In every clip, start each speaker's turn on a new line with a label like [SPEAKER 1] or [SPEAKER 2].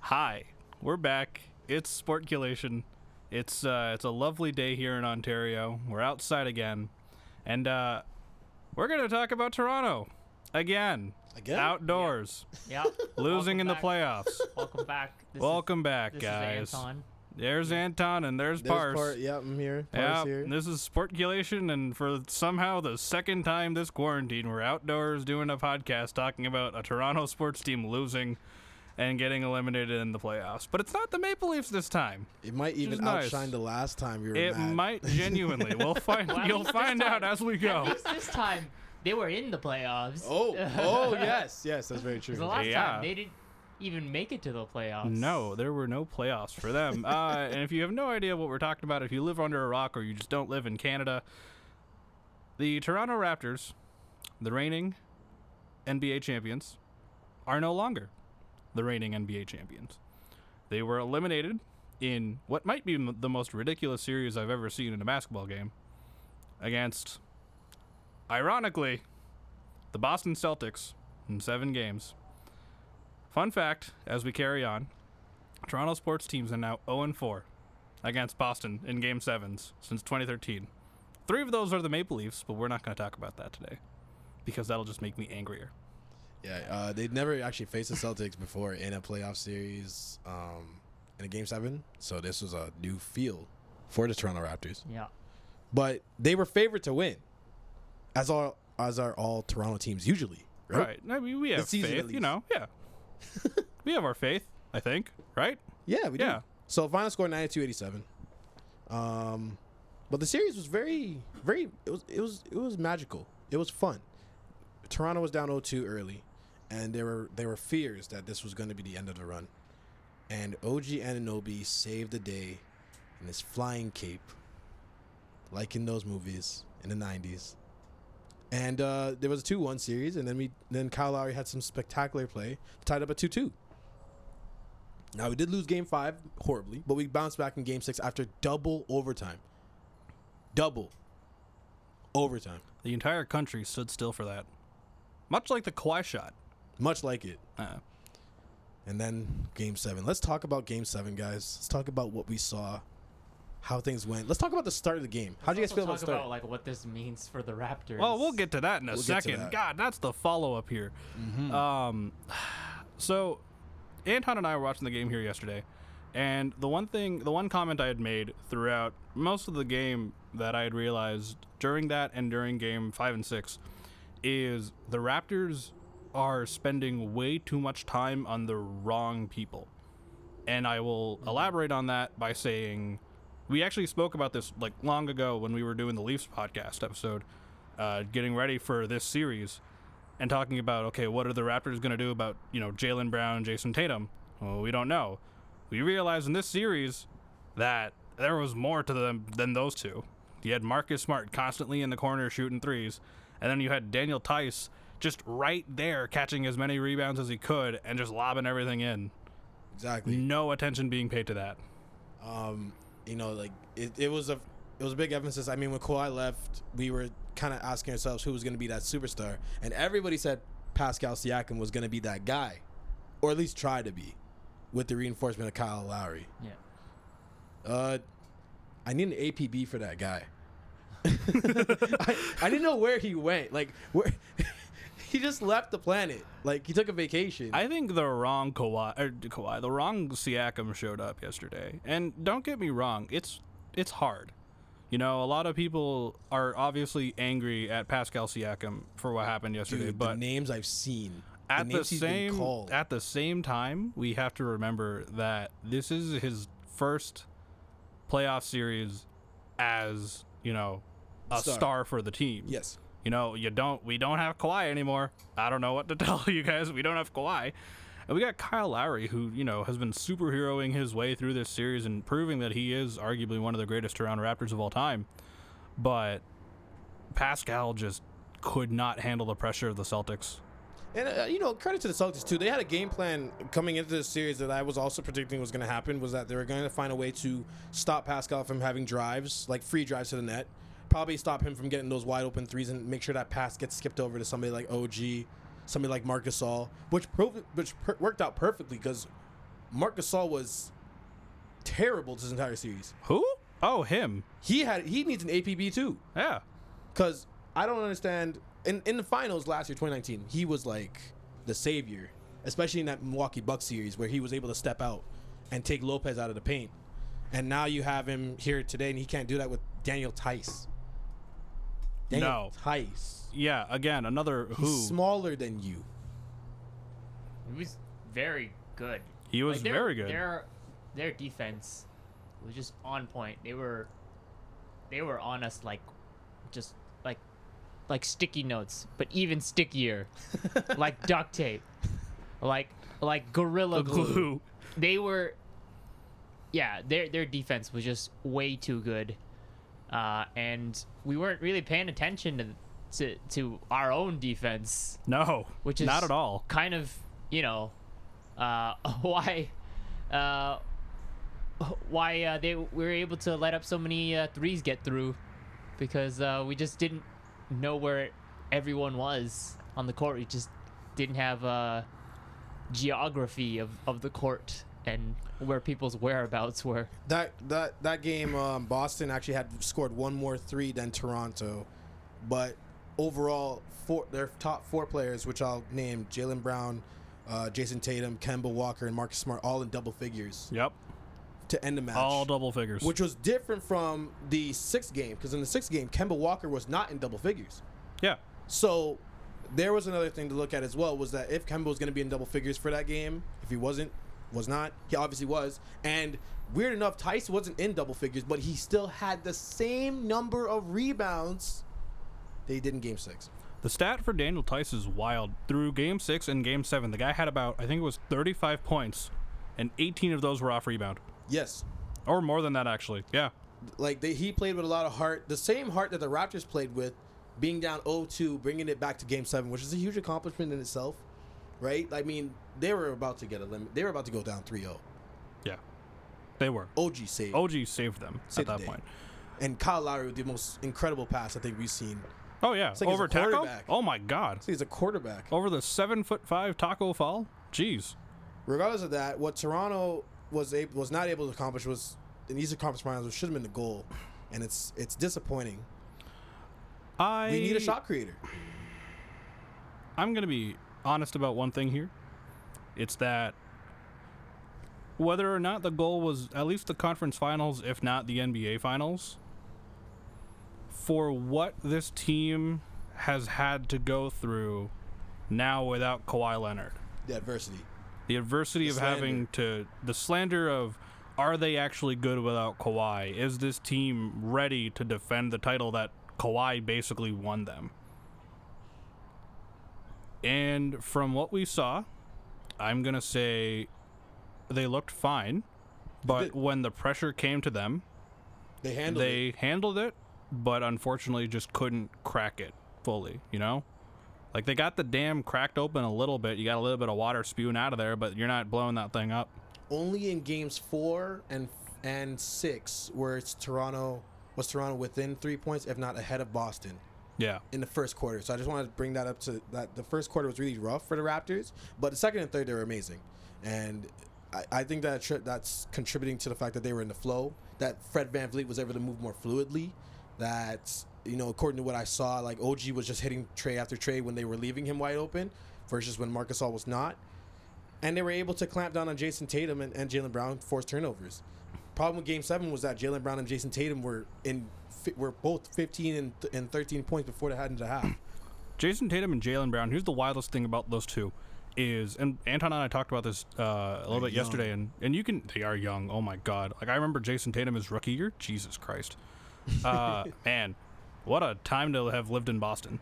[SPEAKER 1] Hi, we're back. It's Sportculation. It's uh, it's a lovely day here in Ontario. We're outside again, and uh, we're gonna talk about Toronto again.
[SPEAKER 2] Again?
[SPEAKER 1] outdoors,
[SPEAKER 3] Yeah.
[SPEAKER 1] losing
[SPEAKER 3] Welcome
[SPEAKER 1] in the
[SPEAKER 3] back.
[SPEAKER 1] playoffs.
[SPEAKER 3] Welcome back. This
[SPEAKER 1] Welcome back,
[SPEAKER 3] is, this
[SPEAKER 1] guys.
[SPEAKER 3] Is Anton.
[SPEAKER 1] There's Anton and there's,
[SPEAKER 2] There's
[SPEAKER 1] Pars.
[SPEAKER 2] Part, yeah, I'm here.
[SPEAKER 1] yeah,
[SPEAKER 2] Par's here.
[SPEAKER 1] this is Sportculation, and for somehow the second time this quarantine, we're outdoors doing a podcast talking about a Toronto sports team losing and getting eliminated in the playoffs. But it's not the Maple Leafs this time.
[SPEAKER 2] It might even
[SPEAKER 1] is nice.
[SPEAKER 2] outshine the last time you were
[SPEAKER 1] It
[SPEAKER 2] mad.
[SPEAKER 1] might genuinely. We'll find.
[SPEAKER 3] Well, at
[SPEAKER 1] you'll
[SPEAKER 3] least this
[SPEAKER 1] find out
[SPEAKER 3] time-
[SPEAKER 1] as we
[SPEAKER 3] At
[SPEAKER 1] go.
[SPEAKER 3] least this time they were in the playoffs.
[SPEAKER 2] Oh, oh yes, yes, that's very true.
[SPEAKER 3] the last
[SPEAKER 1] Yeah.
[SPEAKER 3] time they didn't even make it to the playoffs.
[SPEAKER 1] No, there were no playoffs for them. Uh, and if you have no idea what we're talking about, if you live under a rock or you just don't live in Canada, the Toronto Raptors, the reigning NBA champions, are no longer the reigning NBA champions. They were eliminated in what might be m- the most ridiculous series I've ever seen in a basketball game against, ironically, the Boston Celtics in seven games. Fun fact as we carry on Toronto sports teams are now 0 4 against Boston in Game 7s since 2013. Three of those are the Maple Leafs, but we're not going to talk about that today because that'll just make me angrier.
[SPEAKER 2] Yeah, uh, they'd never actually faced the Celtics before in a playoff series, um, in a game seven. So this was a new field for the Toronto Raptors.
[SPEAKER 3] Yeah.
[SPEAKER 2] But they were favored to win, as all as are all Toronto teams usually. Right.
[SPEAKER 1] Right. I mean, we have
[SPEAKER 2] This season,
[SPEAKER 1] faith,
[SPEAKER 2] at
[SPEAKER 1] you
[SPEAKER 2] least.
[SPEAKER 1] know. Yeah. we have our faith, I think, right?
[SPEAKER 2] Yeah, we
[SPEAKER 1] Yeah.
[SPEAKER 2] do. So final score 92-87. Um, but the series was very, very. It was, it was, it was magical. It was fun. Toronto was down 0-2 early, and there were there were fears that this was going to be the end of the run. And OG Ananobi saved the day in his flying cape, like in those movies in the 90s. And uh, there was a 2-1 series, and then we then Kyle Lowry had some spectacular play, tied up at 2-2. Now we did lose game five horribly, but we bounced back in game six after double overtime. Double overtime.
[SPEAKER 1] The entire country stood still for that. Much like the Kawhi shot.
[SPEAKER 2] Much like it.
[SPEAKER 1] Uh,
[SPEAKER 2] And then game seven. Let's talk about game seven, guys. Let's talk about what we saw, how things went. Let's talk about the start of the game. How do you guys
[SPEAKER 3] Let's
[SPEAKER 2] feel
[SPEAKER 3] also
[SPEAKER 2] about the
[SPEAKER 3] talk
[SPEAKER 2] start?
[SPEAKER 3] about like what this means for the Raptors?
[SPEAKER 1] Well, we'll get to that in a
[SPEAKER 2] We'll get to
[SPEAKER 1] second.
[SPEAKER 2] that. Mm-hmm.
[SPEAKER 1] God, that's the follow up here. Um, so, Anton and I were watching the game here yesterday, and the one thing, the one comment I had made throughout most of the game that I had realized during that and during game five and six is the Raptors are spending way too much time on the wrong people. And I will elaborate on that by saying we actually spoke about this like long ago when we were doing the Leafs podcast episode, uh, getting ready for this series and talking about okay, what are the Raptors going to do about you know Jalen Brown, Jason Tatum? Well, we don't know. We realized in this series that there was more to them than those two. You had Marcus Smart constantly in the corner shooting threes, and then you had Daniel Tice just right there catching as many rebounds as he could and just lobbing everything in.
[SPEAKER 2] Exactly.
[SPEAKER 1] No attention being paid to that.
[SPEAKER 2] um, you know, like it, it was a it was a big emphasis. I mean, when Kawhi left, we were kind of asking ourselves who was going to be that superstar, and everybody said Pascal Siakam was going to be that guy, or at least try to be, with the reinforcement of Kyle Lowry.
[SPEAKER 3] Yeah.
[SPEAKER 2] Uh, I need an APB for that guy. I, I didn't know where he went. Like where he just left the planet. Like he took a vacation.
[SPEAKER 1] I think the wrong Kawhi, or Kawhi, the wrong Siakam showed up yesterday. And don't get me wrong, it's it's hard. You know, a lot of people are obviously angry at Pascal Siakam for what happened yesterday,
[SPEAKER 2] Dude, the
[SPEAKER 1] but
[SPEAKER 2] names I've seen.
[SPEAKER 1] at the
[SPEAKER 2] names he's been
[SPEAKER 1] same
[SPEAKER 2] called.
[SPEAKER 1] at the same time, we have to remember that this is his first playoff series as, you know, a
[SPEAKER 2] Star.
[SPEAKER 1] star, for the team.
[SPEAKER 2] yes.
[SPEAKER 1] You know, you don't. We don't have Kawhi anymore. I don't know what to tell you guys. We don't have Kawhi, and we got Kyle Lowry, who you know has been superheroing his way through this series and proving that he is arguably one of the greatest Toronto Raptors of all time. But Pascal just could not handle the pressure of the Celtics.
[SPEAKER 2] And uh, you know, credit to the Celtics too. They had a game plan coming into this series that I was also predicting was going to happen. Was that they were going to find a way to stop Pascal from having drives, like free drives to the net, probably stop him from getting those wide open threes, and make sure that pass gets skipped over to somebody like OG, somebody like Marcus All, which proved, which per- worked out perfectly because Mark Gasol was terrible this entire series.
[SPEAKER 1] Who? Oh, him.
[SPEAKER 2] He had he needs an APB too.
[SPEAKER 1] Yeah.
[SPEAKER 2] Because I don't understand. In in the finals last year, 2019, he was like the savior, especially in that Milwaukee Bucks series where he was able to step out and take Lopez out of the paint. And now you have him here today, and he can't do that with Daniel Tice. Daniel
[SPEAKER 1] No.
[SPEAKER 2] Tice.
[SPEAKER 1] Yeah. Again, another who.
[SPEAKER 2] He's smaller than you.
[SPEAKER 3] He was very good.
[SPEAKER 1] He was
[SPEAKER 3] their-
[SPEAKER 1] very good.
[SPEAKER 3] Their their defense was just on point. They were they were on us like just like like sticky notes, but even stickier. like duct tape. Like like gorilla glue.
[SPEAKER 1] Glue.
[SPEAKER 3] They were yeah, their their defense was just way too good. Uh, and we weren't really paying attention to, to to our own defense
[SPEAKER 1] No.
[SPEAKER 3] which is
[SPEAKER 1] not at all.
[SPEAKER 3] kind of you know uh, why uh, why uh, they we were able to let up so many uh, threes get through because uh, we just didn't know where everyone was on the court. We just didn't have a geography of, of the court and where people's whereabouts were.
[SPEAKER 2] That that that game, um, Boston actually had scored one more three than Toronto, but overall, four, their top four players, which I'll name Jalen Brown, uh, Jason Tatum, Kemba Walker, and Marcus Smart, all in double figures
[SPEAKER 1] Yep.
[SPEAKER 2] to end the match.
[SPEAKER 1] All double figures.
[SPEAKER 2] which was different from the sixth game because in the sixth game, Kemba Walker was not in double figures.
[SPEAKER 1] yeah.
[SPEAKER 2] So there was another thing to look at as well was that if Kemba was going to be in double figures for that game, if he wasn't, was not, he obviously was. And weird enough, Tice wasn't in double figures, but he still had the same number of rebounds that he did in game six.
[SPEAKER 1] The stat for Daniel Tice is wild. Through game six and game seven, the guy had about, I think it was 35 points, and 18 of those were off rebound.
[SPEAKER 2] Yes.
[SPEAKER 1] Or more than that, actually. Yeah.
[SPEAKER 2] Like they, he played with a lot of heart, the same heart that the Raptors played with, being down 0-2, bringing it back to game seven, which is a huge accomplishment in itself, right? I mean, they were about to get a limit. They were about to go down 3-0.
[SPEAKER 1] Yeah. They were.
[SPEAKER 2] OG saved.
[SPEAKER 1] OG saved them
[SPEAKER 2] Saved the
[SPEAKER 1] at that
[SPEAKER 2] day.
[SPEAKER 1] point.
[SPEAKER 2] and Kyle Lowry with the most incredible pass I think we've seen.
[SPEAKER 1] Oh, yeah.
[SPEAKER 2] like he's a
[SPEAKER 1] Over Taco?
[SPEAKER 2] quarterback.
[SPEAKER 1] Oh, my God.
[SPEAKER 2] So he's a quarterback.
[SPEAKER 1] Over the seven foot five Taco Fall? Jeez.
[SPEAKER 2] Regardless of that, what Toronto was able, was not able to accomplish was in these conference finals which should have been the goal, and it's it's disappointing.
[SPEAKER 1] I
[SPEAKER 2] We need a shot creator.
[SPEAKER 1] I'm going to be honest about one thing here. It's that whether or not the goal was at least the conference finals, if not the NBA finals, for what this team has had to go through now without Kawhi Leonard,
[SPEAKER 2] The adversity.
[SPEAKER 1] the adversity of
[SPEAKER 2] The
[SPEAKER 1] having to, the slander of, are they actually good without Kawhi? Is this team ready to defend the title that Kawhi basically won them? And from what we saw, I'm going to say they looked fine. But
[SPEAKER 2] did.
[SPEAKER 1] when the pressure came to them,
[SPEAKER 2] They handled it.
[SPEAKER 1] they handled it, but unfortunately just couldn't crack it fully, you know? Like they got the dam cracked open a little bit. You got a little bit of water spewing out of there, but you're not blowing that thing up.
[SPEAKER 2] only in games four and and six where it's Toronto was Toronto within three points, if not ahead of Boston.
[SPEAKER 1] Yeah.
[SPEAKER 2] in the first quarter. So I just wanted to bring that up to that the first quarter was really rough for the Raptors, but the second and third they were amazing, and I, I think that tri- that's contributing to the fact that they were in the flow. That Fred Van Vliet was able to move more fluidly. That you know, according to what I saw, like OG was just hitting tray after tray when they were leaving him wide open, versus when Marcus All was not. And they were able to clamp down on Jason Tatum and, and Jalen Brown, force turnovers. Problem with Game Seven was that Jalen Brown and Jason Tatum were in fi- were both 15 and, th- and 13 points before they had into the half.
[SPEAKER 1] Jason Tatum and Jalen Brown. Here's the wildest thing about those two is, and Anton and I talked about this uh, a little bit
[SPEAKER 2] young.
[SPEAKER 1] yesterday, and and you can they are young. Oh my god! Like I remember Jason Tatum his rookie year. Jesus Christ, uh, man, what a time to have lived in Boston.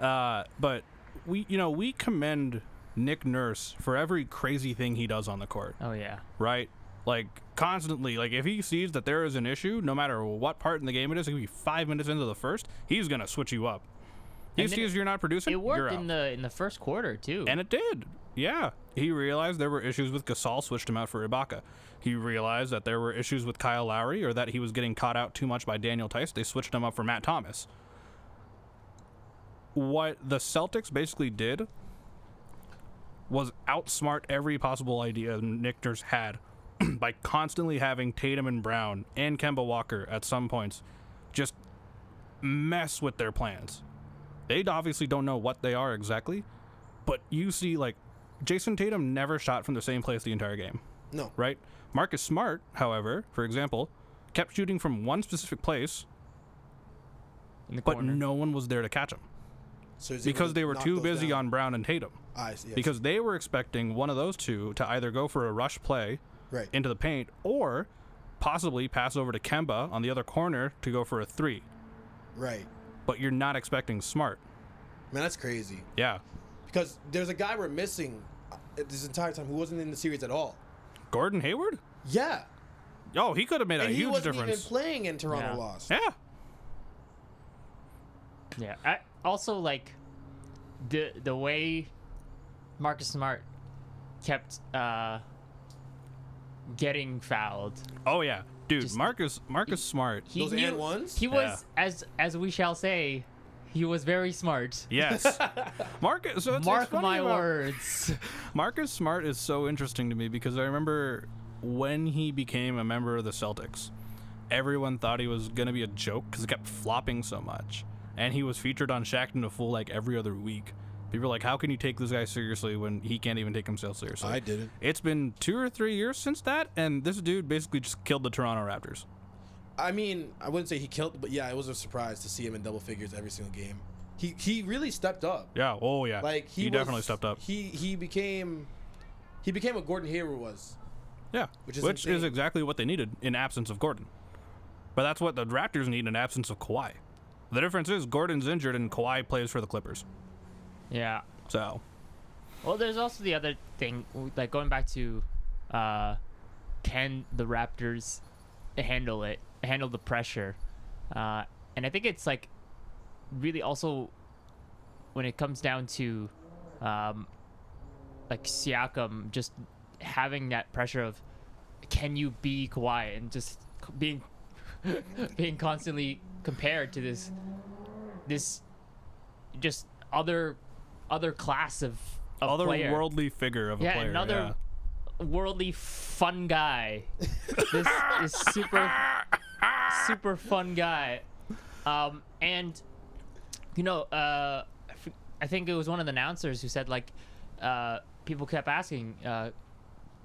[SPEAKER 1] Uh, but we, you know, we commend Nick Nurse for every crazy thing he does on the court
[SPEAKER 3] Oh yeah.
[SPEAKER 1] right? Like constantly, like if he sees that there is an issue, no matter what part in the game it is, it could be five minutes into the first, he's gonna switch you up. He
[SPEAKER 3] And then
[SPEAKER 1] sees
[SPEAKER 3] it-
[SPEAKER 1] you're not producing.
[SPEAKER 3] It
[SPEAKER 1] you're
[SPEAKER 3] worked
[SPEAKER 1] out.
[SPEAKER 3] in the in the first quarter too.
[SPEAKER 1] and it did. Yeah, he realized there were issues with Gasol, switched him out for Ibaka. He realized that there were issues with Kyle Lowry, or that he was getting caught out too much by Daniel Tice. They switched him up for Matt Thomas. What the Celtics basically did was outsmart every possible idea Nick Nurse had by constantly having Tatum and Brown and Kemba Walker at some points just mess with their plans. They obviously don't know what they are exactly, but you see, like, Jason Tatum never shot from the same place the entire game
[SPEAKER 2] No.
[SPEAKER 1] right? Marcus Smart, however, for example, kept shooting from one specific place,
[SPEAKER 3] in the
[SPEAKER 1] but
[SPEAKER 3] corner.
[SPEAKER 1] no one was there to catch him
[SPEAKER 2] So is he
[SPEAKER 1] because
[SPEAKER 2] gonna
[SPEAKER 1] they were
[SPEAKER 2] knock
[SPEAKER 1] too
[SPEAKER 2] those
[SPEAKER 1] busy
[SPEAKER 2] down?
[SPEAKER 1] on Brown and Tatum.
[SPEAKER 2] I see, I see.
[SPEAKER 1] Because they were expecting one of those two to either go for a rush play
[SPEAKER 2] right.
[SPEAKER 1] into the paint or possibly pass over to Kemba on the other corner to go for a three.
[SPEAKER 2] right.
[SPEAKER 1] But you're not expecting Smart.
[SPEAKER 2] Man, that's crazy.
[SPEAKER 1] Yeah.
[SPEAKER 2] Because there's a guy we're missing uh, this entire time who wasn't in the series at all.
[SPEAKER 1] Gordon Hayward?
[SPEAKER 2] Yeah.
[SPEAKER 1] Oh, he could have made
[SPEAKER 2] And
[SPEAKER 1] a
[SPEAKER 2] he
[SPEAKER 1] huge
[SPEAKER 2] wasn't
[SPEAKER 1] difference.
[SPEAKER 2] even playing and Toronto
[SPEAKER 3] Yeah.
[SPEAKER 2] lost.
[SPEAKER 1] yeah.
[SPEAKER 3] Yeah. I, also, like the the way Marcus Smart kept uh, getting fouled.
[SPEAKER 1] Oh yeah. Dude,
[SPEAKER 3] Just-
[SPEAKER 1] Marcus Marcus Smart.
[SPEAKER 3] He,
[SPEAKER 2] Those
[SPEAKER 3] knew-
[SPEAKER 2] and ones?
[SPEAKER 3] He
[SPEAKER 1] Yeah.
[SPEAKER 3] was as as we shall say, he was very smart.
[SPEAKER 1] Yes. Marcus so it's, it's
[SPEAKER 3] Mark
[SPEAKER 1] funny
[SPEAKER 3] my
[SPEAKER 1] about-
[SPEAKER 3] words.
[SPEAKER 1] Marcus Smart is so interesting to me because I remember when he became a member of the Celtics, everyone thought he was going to be a joke because he kept flopping so much. And he was featured on Shaq and the Fool like every other week. People are like, how can you take this guy seriously when he can't even take himself seriously?
[SPEAKER 2] I didn't.
[SPEAKER 1] It's been two or three years since that, and this dude basically just killed the Toronto Raptors.
[SPEAKER 2] I mean, I wouldn't say he killed, but yeah, it was a surprise to see him in double figures every single game. He he really stepped up.
[SPEAKER 1] Yeah. Oh, yeah.
[SPEAKER 2] Like he,
[SPEAKER 1] he
[SPEAKER 2] was-
[SPEAKER 1] definitely stepped up.
[SPEAKER 2] He he became he became what Gordon Hayward was.
[SPEAKER 1] Yeah,
[SPEAKER 2] Which
[SPEAKER 1] which,
[SPEAKER 2] is
[SPEAKER 1] is,
[SPEAKER 2] insane.
[SPEAKER 1] exactly what they needed in absence of Gordon. But that's what the Raptors need in absence of Kawhi. The difference is Gordon's injured and Kawhi plays for the Clippers.
[SPEAKER 3] yeah.
[SPEAKER 1] So
[SPEAKER 3] Well, there's also the other thing, like going back to, uh, can the Raptors handle it, handle the pressure, uh, and I think it's like really also when it comes down to, um, like Siakam just having that pressure of, can you be Kawhi and just c- being, being constantly compared to this, this, just other, other class of. of
[SPEAKER 1] other
[SPEAKER 3] player
[SPEAKER 1] worldly figure of a
[SPEAKER 3] yeah,
[SPEAKER 1] player.
[SPEAKER 3] another worldly fun guy. this is super, super fun guy. Um, and you know, uh, I f- I think it was one of the announcers who said like, uh, people kept asking, uh,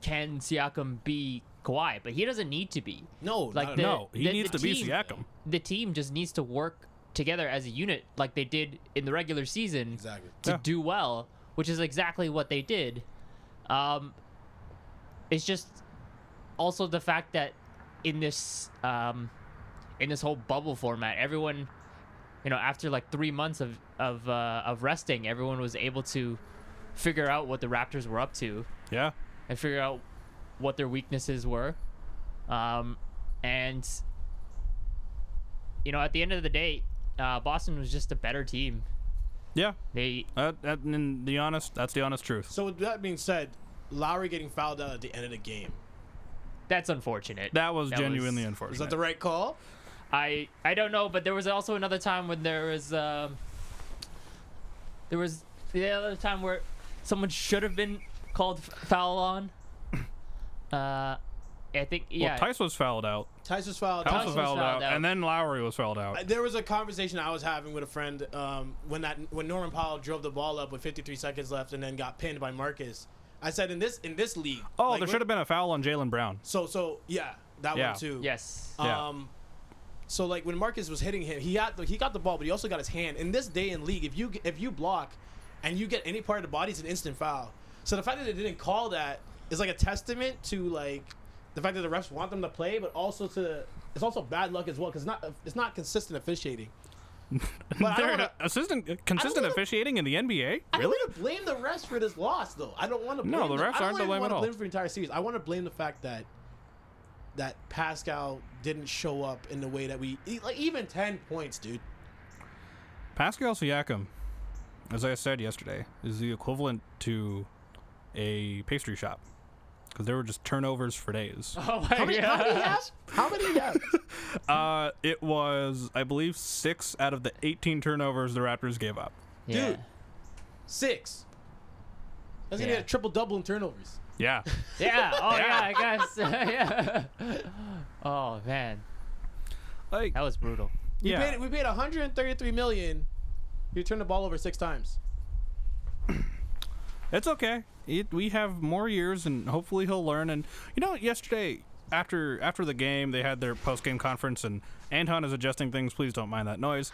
[SPEAKER 3] can Siakam be Kawhi? But he doesn't need to be.
[SPEAKER 2] No,
[SPEAKER 3] Like
[SPEAKER 2] not
[SPEAKER 1] yeah.
[SPEAKER 3] the-
[SPEAKER 2] at all.
[SPEAKER 1] No, he
[SPEAKER 3] the-
[SPEAKER 1] needs
[SPEAKER 3] the
[SPEAKER 1] to be
[SPEAKER 3] team-
[SPEAKER 1] Siakam.
[SPEAKER 3] The team just needs to work together as a unit, like they did in the regular season
[SPEAKER 2] exactly.
[SPEAKER 3] to
[SPEAKER 1] Yeah.
[SPEAKER 3] do well, which is exactly what they did. Um, it's just also the fact that in this um, in this whole bubble format, everyone, you know, after like three months of of uh, of resting, everyone was able to figure out what the Raptors were up to
[SPEAKER 1] Yeah,
[SPEAKER 3] and figure out what their weaknesses were. Um, and you know, at the end of the day, uh, Boston was just a better team.
[SPEAKER 1] yeah.
[SPEAKER 3] They
[SPEAKER 1] That, that, and the honest, that's the honest truth.
[SPEAKER 2] So with that being said, Lowry getting fouled out at the end of the game.
[SPEAKER 3] That's unfortunate.
[SPEAKER 1] That was
[SPEAKER 3] That
[SPEAKER 1] genuinely
[SPEAKER 3] was-
[SPEAKER 2] Is
[SPEAKER 1] unfortunate.
[SPEAKER 2] that the right call?
[SPEAKER 3] I I don't know, but there was also another time when there was um, there was the other time where someone should have been called f- foul on. Uh, I think
[SPEAKER 1] well,
[SPEAKER 3] yeah.
[SPEAKER 1] Tice was fouled out.
[SPEAKER 2] Tice was fouled.
[SPEAKER 1] Tice
[SPEAKER 2] out.
[SPEAKER 1] was fouled out, and then Lowry was fouled out.
[SPEAKER 2] There was a conversation I was having with a friend um, when that when Norman Powell drove the ball up with 53 seconds left and then got pinned by Marcus. I said in this in this league.
[SPEAKER 1] oh,
[SPEAKER 2] like,
[SPEAKER 1] there
[SPEAKER 2] we're-
[SPEAKER 1] should have been a foul on Jalen Brown.
[SPEAKER 2] So so yeah, that
[SPEAKER 1] Yeah.
[SPEAKER 2] one too.
[SPEAKER 3] yes.
[SPEAKER 1] Yeah.
[SPEAKER 2] Um, so like when Marcus was hitting him, he got the, he got the ball, but he also got his hand. In this day in league, if you if you block, and you get any part of the body, it's an instant foul. So the fact that they didn't call that is like a testament to like the fact that the refs want them to play, but also to it's also bad luck as well because not it's not consistent officiating. But I don't
[SPEAKER 1] They're
[SPEAKER 2] wanna-
[SPEAKER 1] assistant, consistent
[SPEAKER 2] wanna-
[SPEAKER 1] officiating in the NBA.
[SPEAKER 2] I don't want to blame the refs for this loss, though. I don't want to.
[SPEAKER 1] No, the refs
[SPEAKER 2] I don't
[SPEAKER 1] aren't to
[SPEAKER 2] even
[SPEAKER 1] blame at
[SPEAKER 2] wanna
[SPEAKER 1] all.
[SPEAKER 2] Blame for the entire series. I want to blame the fact that that Pascal didn't show up in the way that we e- like even ten points, dude.
[SPEAKER 1] Pascal Siakam, as I said yesterday, is the equivalent to a pastry shop because there were just turnovers for days.
[SPEAKER 3] Oh my
[SPEAKER 2] How many, how many halves? How many halves?
[SPEAKER 1] Uh, it was, I believe, six out of the 18 turnovers the Raptors gave up.
[SPEAKER 3] Yeah.
[SPEAKER 2] Dude. Six. That's gonna
[SPEAKER 3] Yeah.
[SPEAKER 2] get a triple double in turnovers.
[SPEAKER 1] Yeah.
[SPEAKER 3] Yeah. Oh yeah,
[SPEAKER 1] Yeah.
[SPEAKER 3] I guess. yeah. Oh man,
[SPEAKER 1] Like
[SPEAKER 3] that was brutal.
[SPEAKER 1] yeah.
[SPEAKER 2] We paid, we paid 133 million. You turned the ball over six times.
[SPEAKER 1] It's okay. It, we have more years, and hopefully he'll learn. And you know, yesterday after after the game, they had their post game conference, and Anton is adjusting things. Please don't mind that noise.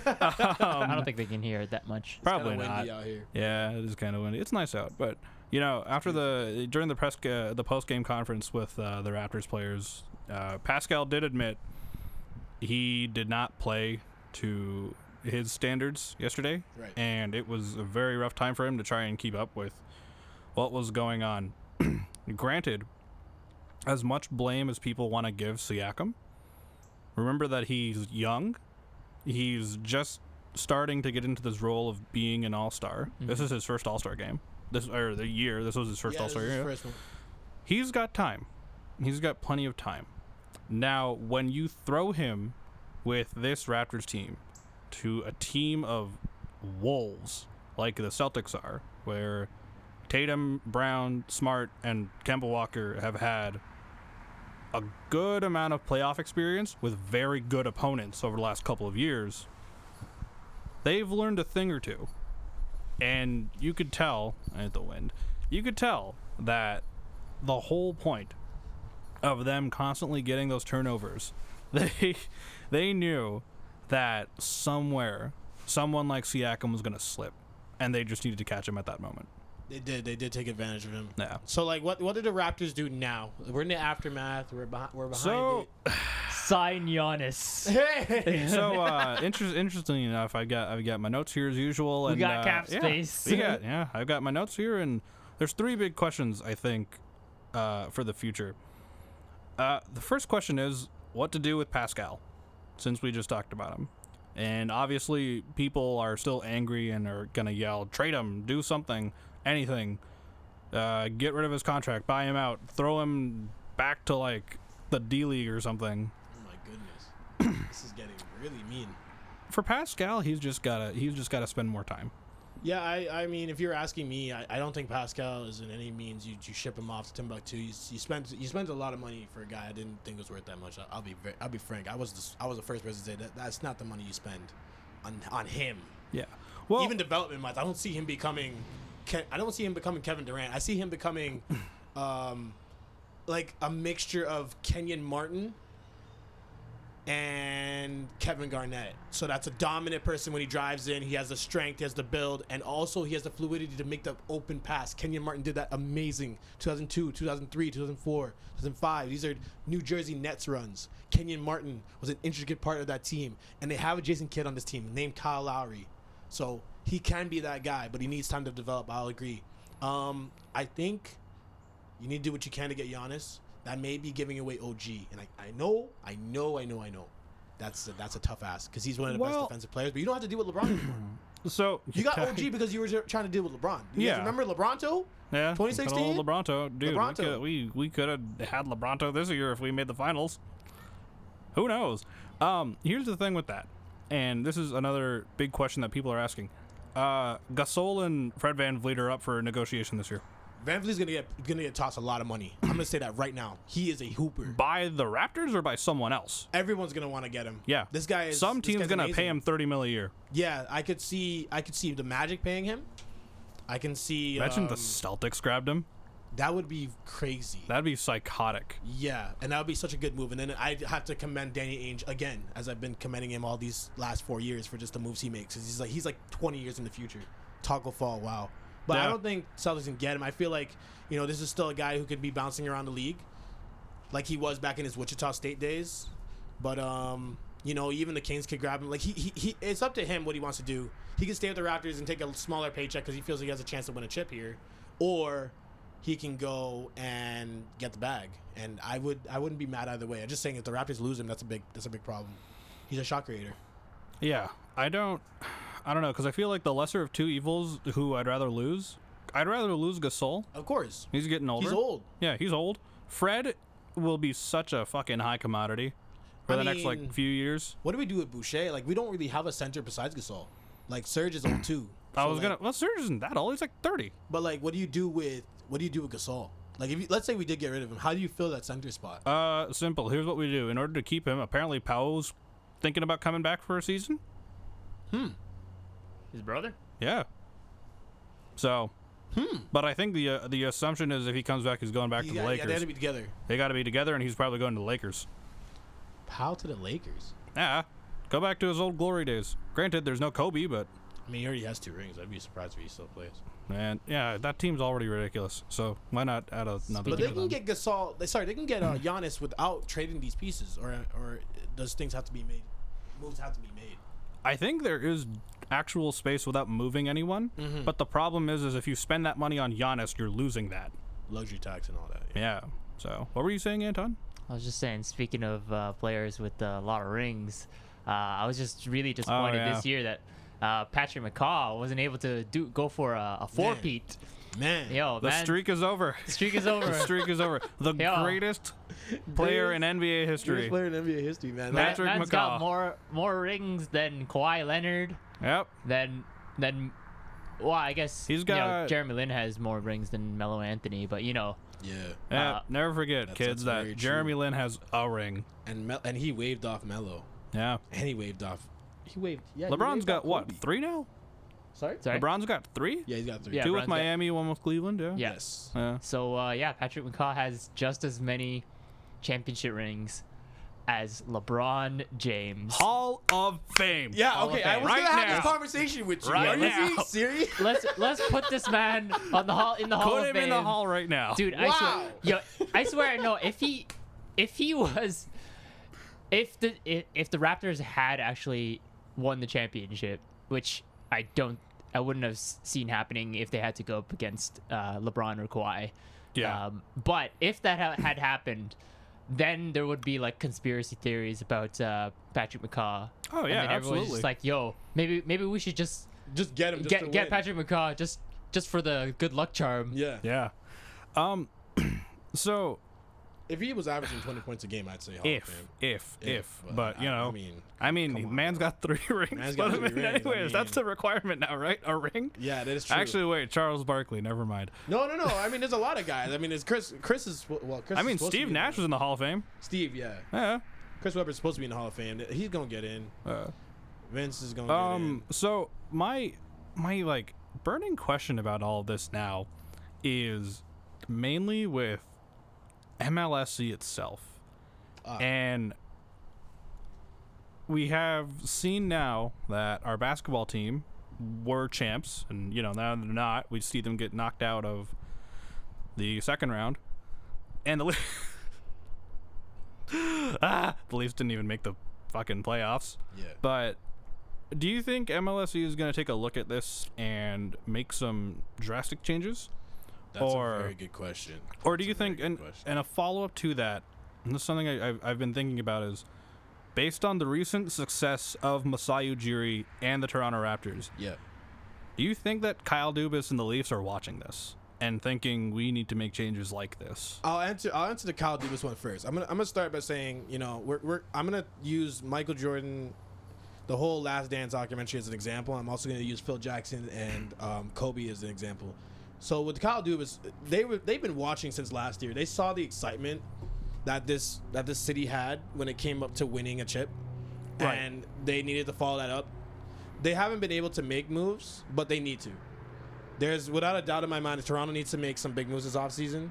[SPEAKER 3] I don't think they can hear it that much.
[SPEAKER 1] Probably
[SPEAKER 2] Kinda
[SPEAKER 1] not.
[SPEAKER 2] windy out here.
[SPEAKER 1] Yeah, it is kind of windy. It's nice out, but you know, after the during the press uh, the post game conference with uh, the Raptors players, uh, Pascal did admit he did not play to his standards yesterday,
[SPEAKER 2] Right.
[SPEAKER 1] and it was a very rough time for him to try and keep up with what was going on. Granted, as much blame as people want to give Siakam, remember that he's young. He's just starting to get into this role of being an All Star. This is his first All Star game. This or the year. This was his first
[SPEAKER 2] Mm-hmm. Yeah,
[SPEAKER 1] All Star
[SPEAKER 2] this is
[SPEAKER 1] year.
[SPEAKER 2] his first one.
[SPEAKER 1] He's got time. He's got plenty of time. Now, when you throw him with this Raptors team to a team of wolves like the Celtics are, where Tatum, Brown, Smart, and Kemba Walker have had a good amount of playoff experience with very good opponents over the last couple of years, they've learned a thing or two. And you could tell, at the wind, you could tell that the whole point of them constantly getting those turnovers, they they knew that somewhere someone like Siakam was going to slip, and they just needed to catch him at that moment.
[SPEAKER 2] They did. They did take advantage of him.
[SPEAKER 1] Yeah.
[SPEAKER 2] So like, what what did the Raptors do now? We're in the aftermath. We're behind. We're behind
[SPEAKER 1] So-
[SPEAKER 2] it.
[SPEAKER 3] Sign Giannis.
[SPEAKER 2] Hey!
[SPEAKER 1] So uh, inter- interestingly enough, I got I got my notes here as usual. And,
[SPEAKER 3] got
[SPEAKER 1] uh,
[SPEAKER 3] cap
[SPEAKER 1] yeah,
[SPEAKER 3] space.
[SPEAKER 1] we got- yeah, I've got my notes here, and there's three big questions I think uh, for the future. Uh, the first question is what to do with Pascal, since we just talked about him, and obviously people are still angry and are gonna yell trade him, do something, anything, uh, get rid of his contract, buy him out, throw him back to like the D League or something.
[SPEAKER 2] Oh my goodness, this is getting really mean.
[SPEAKER 1] for Pascal, he's just gotta he's just gotta spend more time.
[SPEAKER 2] Yeah, I, I mean, if you're asking me, I, I don't think Pascal is in any means you, you ship him off to Timbuktu. You, you spend you spend a lot of money for a guy I didn't think was worth that much. I, will be ve- I'll be frank. I was the, s- I was the first person to say that that's not the money you spend on on him.
[SPEAKER 1] Yeah. Well,
[SPEAKER 2] Even development wise, I don't see him becoming. Ke- I don't see him becoming Kevin Durant. I see him becoming, um, like a mixture of Kenyon Martin and Kevin Garnett. So that's a dominant person when he drives in. He has the strength, he has the build, and also he has the fluidity to make the open pass. Kenyon Martin did that amazing 2002, 2003, 2004, 2005. These are New Jersey Nets runs. Kenyon Martin was an intricate part of that team, and they have a Jason Kidd on this team named Kyle Lowry. So he can be that guy, but he needs time to develop. I'll agree. Um, I think you need to do what you can to get Giannis. That may be giving away OG, and I, I know, I know, I know, I know. That's a, that's a tough ask because he's one of the
[SPEAKER 1] Well-
[SPEAKER 2] best defensive players. But you don't have to deal with LeBron anymore.
[SPEAKER 1] so
[SPEAKER 2] You got OG because you were trying to deal with LeBron. You
[SPEAKER 1] Yeah.
[SPEAKER 2] guys remember LeBronto?
[SPEAKER 1] Yeah,
[SPEAKER 2] 2016?
[SPEAKER 1] good old Lebronto, dude.
[SPEAKER 2] Lebronto.
[SPEAKER 1] We could, we, we could have had Lebronto this year if we made the finals. Who knows? Um, here's the thing with that, and this is another big question that people are asking. Uh, Gasol and Fred Van Vliet are up for negotiation this year
[SPEAKER 2] Van Vliet's gonna get gonna get tossed a lot of money. I'm gonna say that right now. He is a hooper.
[SPEAKER 1] by the Raptors or by someone else.
[SPEAKER 2] Everyone's gonna want to get him.
[SPEAKER 1] Yeah,
[SPEAKER 2] this guy is.
[SPEAKER 1] Some
[SPEAKER 2] this
[SPEAKER 1] team's
[SPEAKER 2] guy's
[SPEAKER 1] gonna
[SPEAKER 2] amazing.
[SPEAKER 1] pay him thirty mil a year.
[SPEAKER 2] Yeah, I could see. I could see the Magic paying him. I can see.
[SPEAKER 1] Imagine
[SPEAKER 2] um,
[SPEAKER 1] the Celtics grabbed him.
[SPEAKER 2] That would be crazy.
[SPEAKER 1] That'd be psychotic.
[SPEAKER 2] Yeah, and that would be such a good move. And then I have to commend Danny Ainge again, as I've been commending him all these last four years for just the moves he makes. 'Cause He's like he's like 20 years in the future. Taco Fall, wow. But I
[SPEAKER 1] Yeah.
[SPEAKER 2] don't think Celtics can get him. I feel like you know this is still a guy who could be bouncing around the league, like he was back in his Wichita State days. But um, you know, even the Kings could grab him. Like he, he, he it's up to him what he wants to do. He can stay with the Raptors and take a smaller paycheck because he feels he has a chance to win a chip here, or he can go and get the bag. And I would, I wouldn't be mad either way. I'm just saying if the Raptors lose him, that's a big, that's a big problem. He's a shot creator.
[SPEAKER 1] Yeah, I don't, I don't know, because I feel like the lesser of two evils. Who I'd rather lose, I'd rather lose Gasol.
[SPEAKER 2] Of course,
[SPEAKER 1] He's getting older.
[SPEAKER 2] he's old.
[SPEAKER 1] Yeah, he's old. Fred will be such a fucking high commodity for
[SPEAKER 2] I
[SPEAKER 1] the next
[SPEAKER 2] mean-
[SPEAKER 1] like few years.
[SPEAKER 2] What do we do with Boucher? Like we don't really have a center besides Gasol. Like Serge is old too.
[SPEAKER 1] I
[SPEAKER 2] So,
[SPEAKER 1] was
[SPEAKER 2] like-
[SPEAKER 1] gonna. Well, Serge isn't that old. He's like thirty.
[SPEAKER 2] But like, what do you do with what do you do with Gasol? Like, if you, let's say we did get rid of him, how do you fill that center spot?
[SPEAKER 1] Uh, simple. Here's what we do in order to keep him. Apparently, Powell's thinking about coming back for a season.
[SPEAKER 3] His brother?
[SPEAKER 1] Yeah. So. Hmm. But I think the uh, the assumption is if he comes back, he's going back
[SPEAKER 2] You
[SPEAKER 1] to the
[SPEAKER 2] got- yeah,
[SPEAKER 1] Lakers.
[SPEAKER 2] they had to be together.
[SPEAKER 1] they got to be together, and he's probably going to the Lakers.
[SPEAKER 2] How to the Lakers?
[SPEAKER 1] Yeah. Go back to his old glory days. Granted, there's no Kobe, but
[SPEAKER 2] I mean, he already has two rings. I'd be surprised if he still plays.
[SPEAKER 1] man, yeah, that team's already ridiculous. So why not add another?
[SPEAKER 2] But
[SPEAKER 1] one
[SPEAKER 2] they
[SPEAKER 1] of
[SPEAKER 2] can
[SPEAKER 1] them?
[SPEAKER 2] get Gasol. They, sorry, they can get uh, Giannis without trading these pieces, or or does things have to be made? Moves have to be made.
[SPEAKER 1] I think there is actual space without moving anyone.
[SPEAKER 2] Mm-hmm.
[SPEAKER 1] But the problem is, is if you spend that money on Giannis, you're losing that.
[SPEAKER 2] Luxury tax and all that. yeah.
[SPEAKER 1] Yeah. So what were you saying, Anton?
[SPEAKER 3] I was just saying, speaking of uh, players with a lot of rings, uh, I was just really disappointed
[SPEAKER 1] Oh, yeah.
[SPEAKER 3] this year that uh, Patrick McCall wasn't able to do go for a, a four peat.
[SPEAKER 2] Man,
[SPEAKER 3] Yo,
[SPEAKER 1] The
[SPEAKER 3] man,
[SPEAKER 1] streak is over.
[SPEAKER 3] the streak is over.
[SPEAKER 1] The streak is over. The
[SPEAKER 3] Yeah.
[SPEAKER 1] greatest player in NBA history.
[SPEAKER 2] greatest player in NBA history, man.
[SPEAKER 1] Man.
[SPEAKER 2] That-
[SPEAKER 1] Patrick
[SPEAKER 3] has
[SPEAKER 1] McCaw.
[SPEAKER 3] got more more rings than Kawhi Leonard,
[SPEAKER 1] Yep.
[SPEAKER 3] than than. Well, I guess
[SPEAKER 1] He's
[SPEAKER 3] you know,
[SPEAKER 1] got-
[SPEAKER 3] Jeremy Lin has more rings than Melo Anthony, but you know,
[SPEAKER 2] yeah,
[SPEAKER 1] Yeah.
[SPEAKER 3] Uh,
[SPEAKER 1] Never forget,
[SPEAKER 2] Ah. that's-
[SPEAKER 1] kids,
[SPEAKER 2] that's
[SPEAKER 1] that
[SPEAKER 2] very
[SPEAKER 1] Jeremy Lin has a ring.
[SPEAKER 2] and Mel- and he waved off Melo,
[SPEAKER 1] Yeah.
[SPEAKER 2] and he waved off. He waved. Yeah, he
[SPEAKER 1] LeBron's
[SPEAKER 2] waved
[SPEAKER 1] got
[SPEAKER 2] off
[SPEAKER 1] what?
[SPEAKER 2] Kobe.
[SPEAKER 1] Three now?
[SPEAKER 2] Sorry.
[SPEAKER 3] sorry.
[SPEAKER 1] LeBron's got three?
[SPEAKER 2] Yeah, he's got three.
[SPEAKER 3] Yeah.
[SPEAKER 1] Two
[SPEAKER 3] LeBron's
[SPEAKER 1] with
[SPEAKER 3] got-
[SPEAKER 1] Miami, one with Cleveland, yeah?
[SPEAKER 3] Yeah.
[SPEAKER 2] Yes.
[SPEAKER 1] Yeah.
[SPEAKER 3] So uh, yeah, Patrick McCaw has just as many championship rings as LeBron James.
[SPEAKER 1] Hall of Fame.
[SPEAKER 2] Yeah,
[SPEAKER 3] Hall of
[SPEAKER 2] okay. I
[SPEAKER 3] Fame.
[SPEAKER 2] was
[SPEAKER 1] Right
[SPEAKER 2] gonna have
[SPEAKER 1] now.
[SPEAKER 2] this conversation with you.
[SPEAKER 1] Right
[SPEAKER 2] Are
[SPEAKER 1] now.
[SPEAKER 2] you being serious?
[SPEAKER 3] let's let's put this man on the hall in the hall
[SPEAKER 1] Put
[SPEAKER 3] of
[SPEAKER 1] him
[SPEAKER 3] fame.
[SPEAKER 1] in the hall right now.
[SPEAKER 3] dude. I swear, yo, I swear, no. If he, if he was, if the i- if the Raptors had actually won the championship, which I don't, I wouldn't have s- seen happening if they had to go up against uh, LeBron or Kawhi.
[SPEAKER 1] Yeah.
[SPEAKER 3] Um, but if that ha- had happened, then there would be like conspiracy theories about uh, Patrick McCaw.
[SPEAKER 1] Oh,
[SPEAKER 3] and
[SPEAKER 1] yeah,
[SPEAKER 3] then everyone's
[SPEAKER 1] absolutely.
[SPEAKER 3] just like, yo, maybe maybe we should just
[SPEAKER 2] Just get him. Just to
[SPEAKER 3] get get
[SPEAKER 2] win.
[SPEAKER 3] Patrick McCaw just just for the good luck charm.
[SPEAKER 2] Yeah.
[SPEAKER 1] Yeah. Um so
[SPEAKER 2] If he was averaging 20 points a game, I'd say Hall
[SPEAKER 1] if
[SPEAKER 2] of Fame.
[SPEAKER 1] if if,
[SPEAKER 2] well,
[SPEAKER 1] but you
[SPEAKER 2] I- I
[SPEAKER 1] know
[SPEAKER 2] mean,
[SPEAKER 1] I mean,
[SPEAKER 2] come on,
[SPEAKER 1] man's got three rings.
[SPEAKER 2] Man's got
[SPEAKER 1] Put him
[SPEAKER 2] three
[SPEAKER 1] in
[SPEAKER 2] rings, I
[SPEAKER 1] Anyways, that's the
[SPEAKER 2] mean-
[SPEAKER 1] requirement now, right? A ring?
[SPEAKER 2] Yeah, that is true.
[SPEAKER 1] Actually, wait, Charles Barkley. Never mind.
[SPEAKER 2] no, no, no. I mean, there's a lot of guys. I mean, it's Chris. Chris is well. Chris.
[SPEAKER 1] I
[SPEAKER 2] is
[SPEAKER 1] mean,
[SPEAKER 2] supposed to
[SPEAKER 1] Steve
[SPEAKER 2] be in
[SPEAKER 1] Nash
[SPEAKER 2] the-
[SPEAKER 1] was in the Hall of Fame.
[SPEAKER 2] Steve, yeah.
[SPEAKER 1] Yeah.
[SPEAKER 2] Chris Webber's supposed to be in the Hall of Fame. He's gonna get in.
[SPEAKER 1] Uh,
[SPEAKER 2] Vince is gonna.
[SPEAKER 1] um. So my my like burning question about all this now is mainly with MLSC E itself,
[SPEAKER 2] Ah.
[SPEAKER 1] and we have seen now that our basketball team were champs, and you know now they're not. We see them get knocked out of the second round, and the. Le- ah, the Leafs didn't even make the fucking playoffs.
[SPEAKER 2] get in. Yeah.
[SPEAKER 1] But do you think MLSE E is going to take a look at this and make some drastic changes?
[SPEAKER 2] That's
[SPEAKER 1] or-
[SPEAKER 2] a very good question.
[SPEAKER 1] Or do
[SPEAKER 2] That's
[SPEAKER 1] you
[SPEAKER 2] a very
[SPEAKER 1] think,
[SPEAKER 2] good
[SPEAKER 1] and,
[SPEAKER 2] question.
[SPEAKER 1] and a follow up to that, and this is something I, I've, I've been thinking about is based on the recent success of Masai Ujiri and the Toronto Raptors,
[SPEAKER 2] yeah.
[SPEAKER 1] do you think that Kyle Dubas and the Leafs are watching this and thinking we need to make changes like this?
[SPEAKER 2] I'll answer. I'll answer the Kyle Dubas one first. I'm gonna. I'm gonna start by saying, you know, we're, we're. I'm gonna use Michael Jordan, the whole Last Dance documentary as an example. I'm also gonna use Phil Jackson and um, Kobe as an example. So with Kyle Dubas, they were. They've been watching since last year. They saw the excitement that this that this city had when it came up to winning a chip,
[SPEAKER 1] Right.
[SPEAKER 2] and they needed to follow that up. They haven't been able to make moves, but they need to. There's without a doubt in my mind, Toronto needs to make some big moves this offseason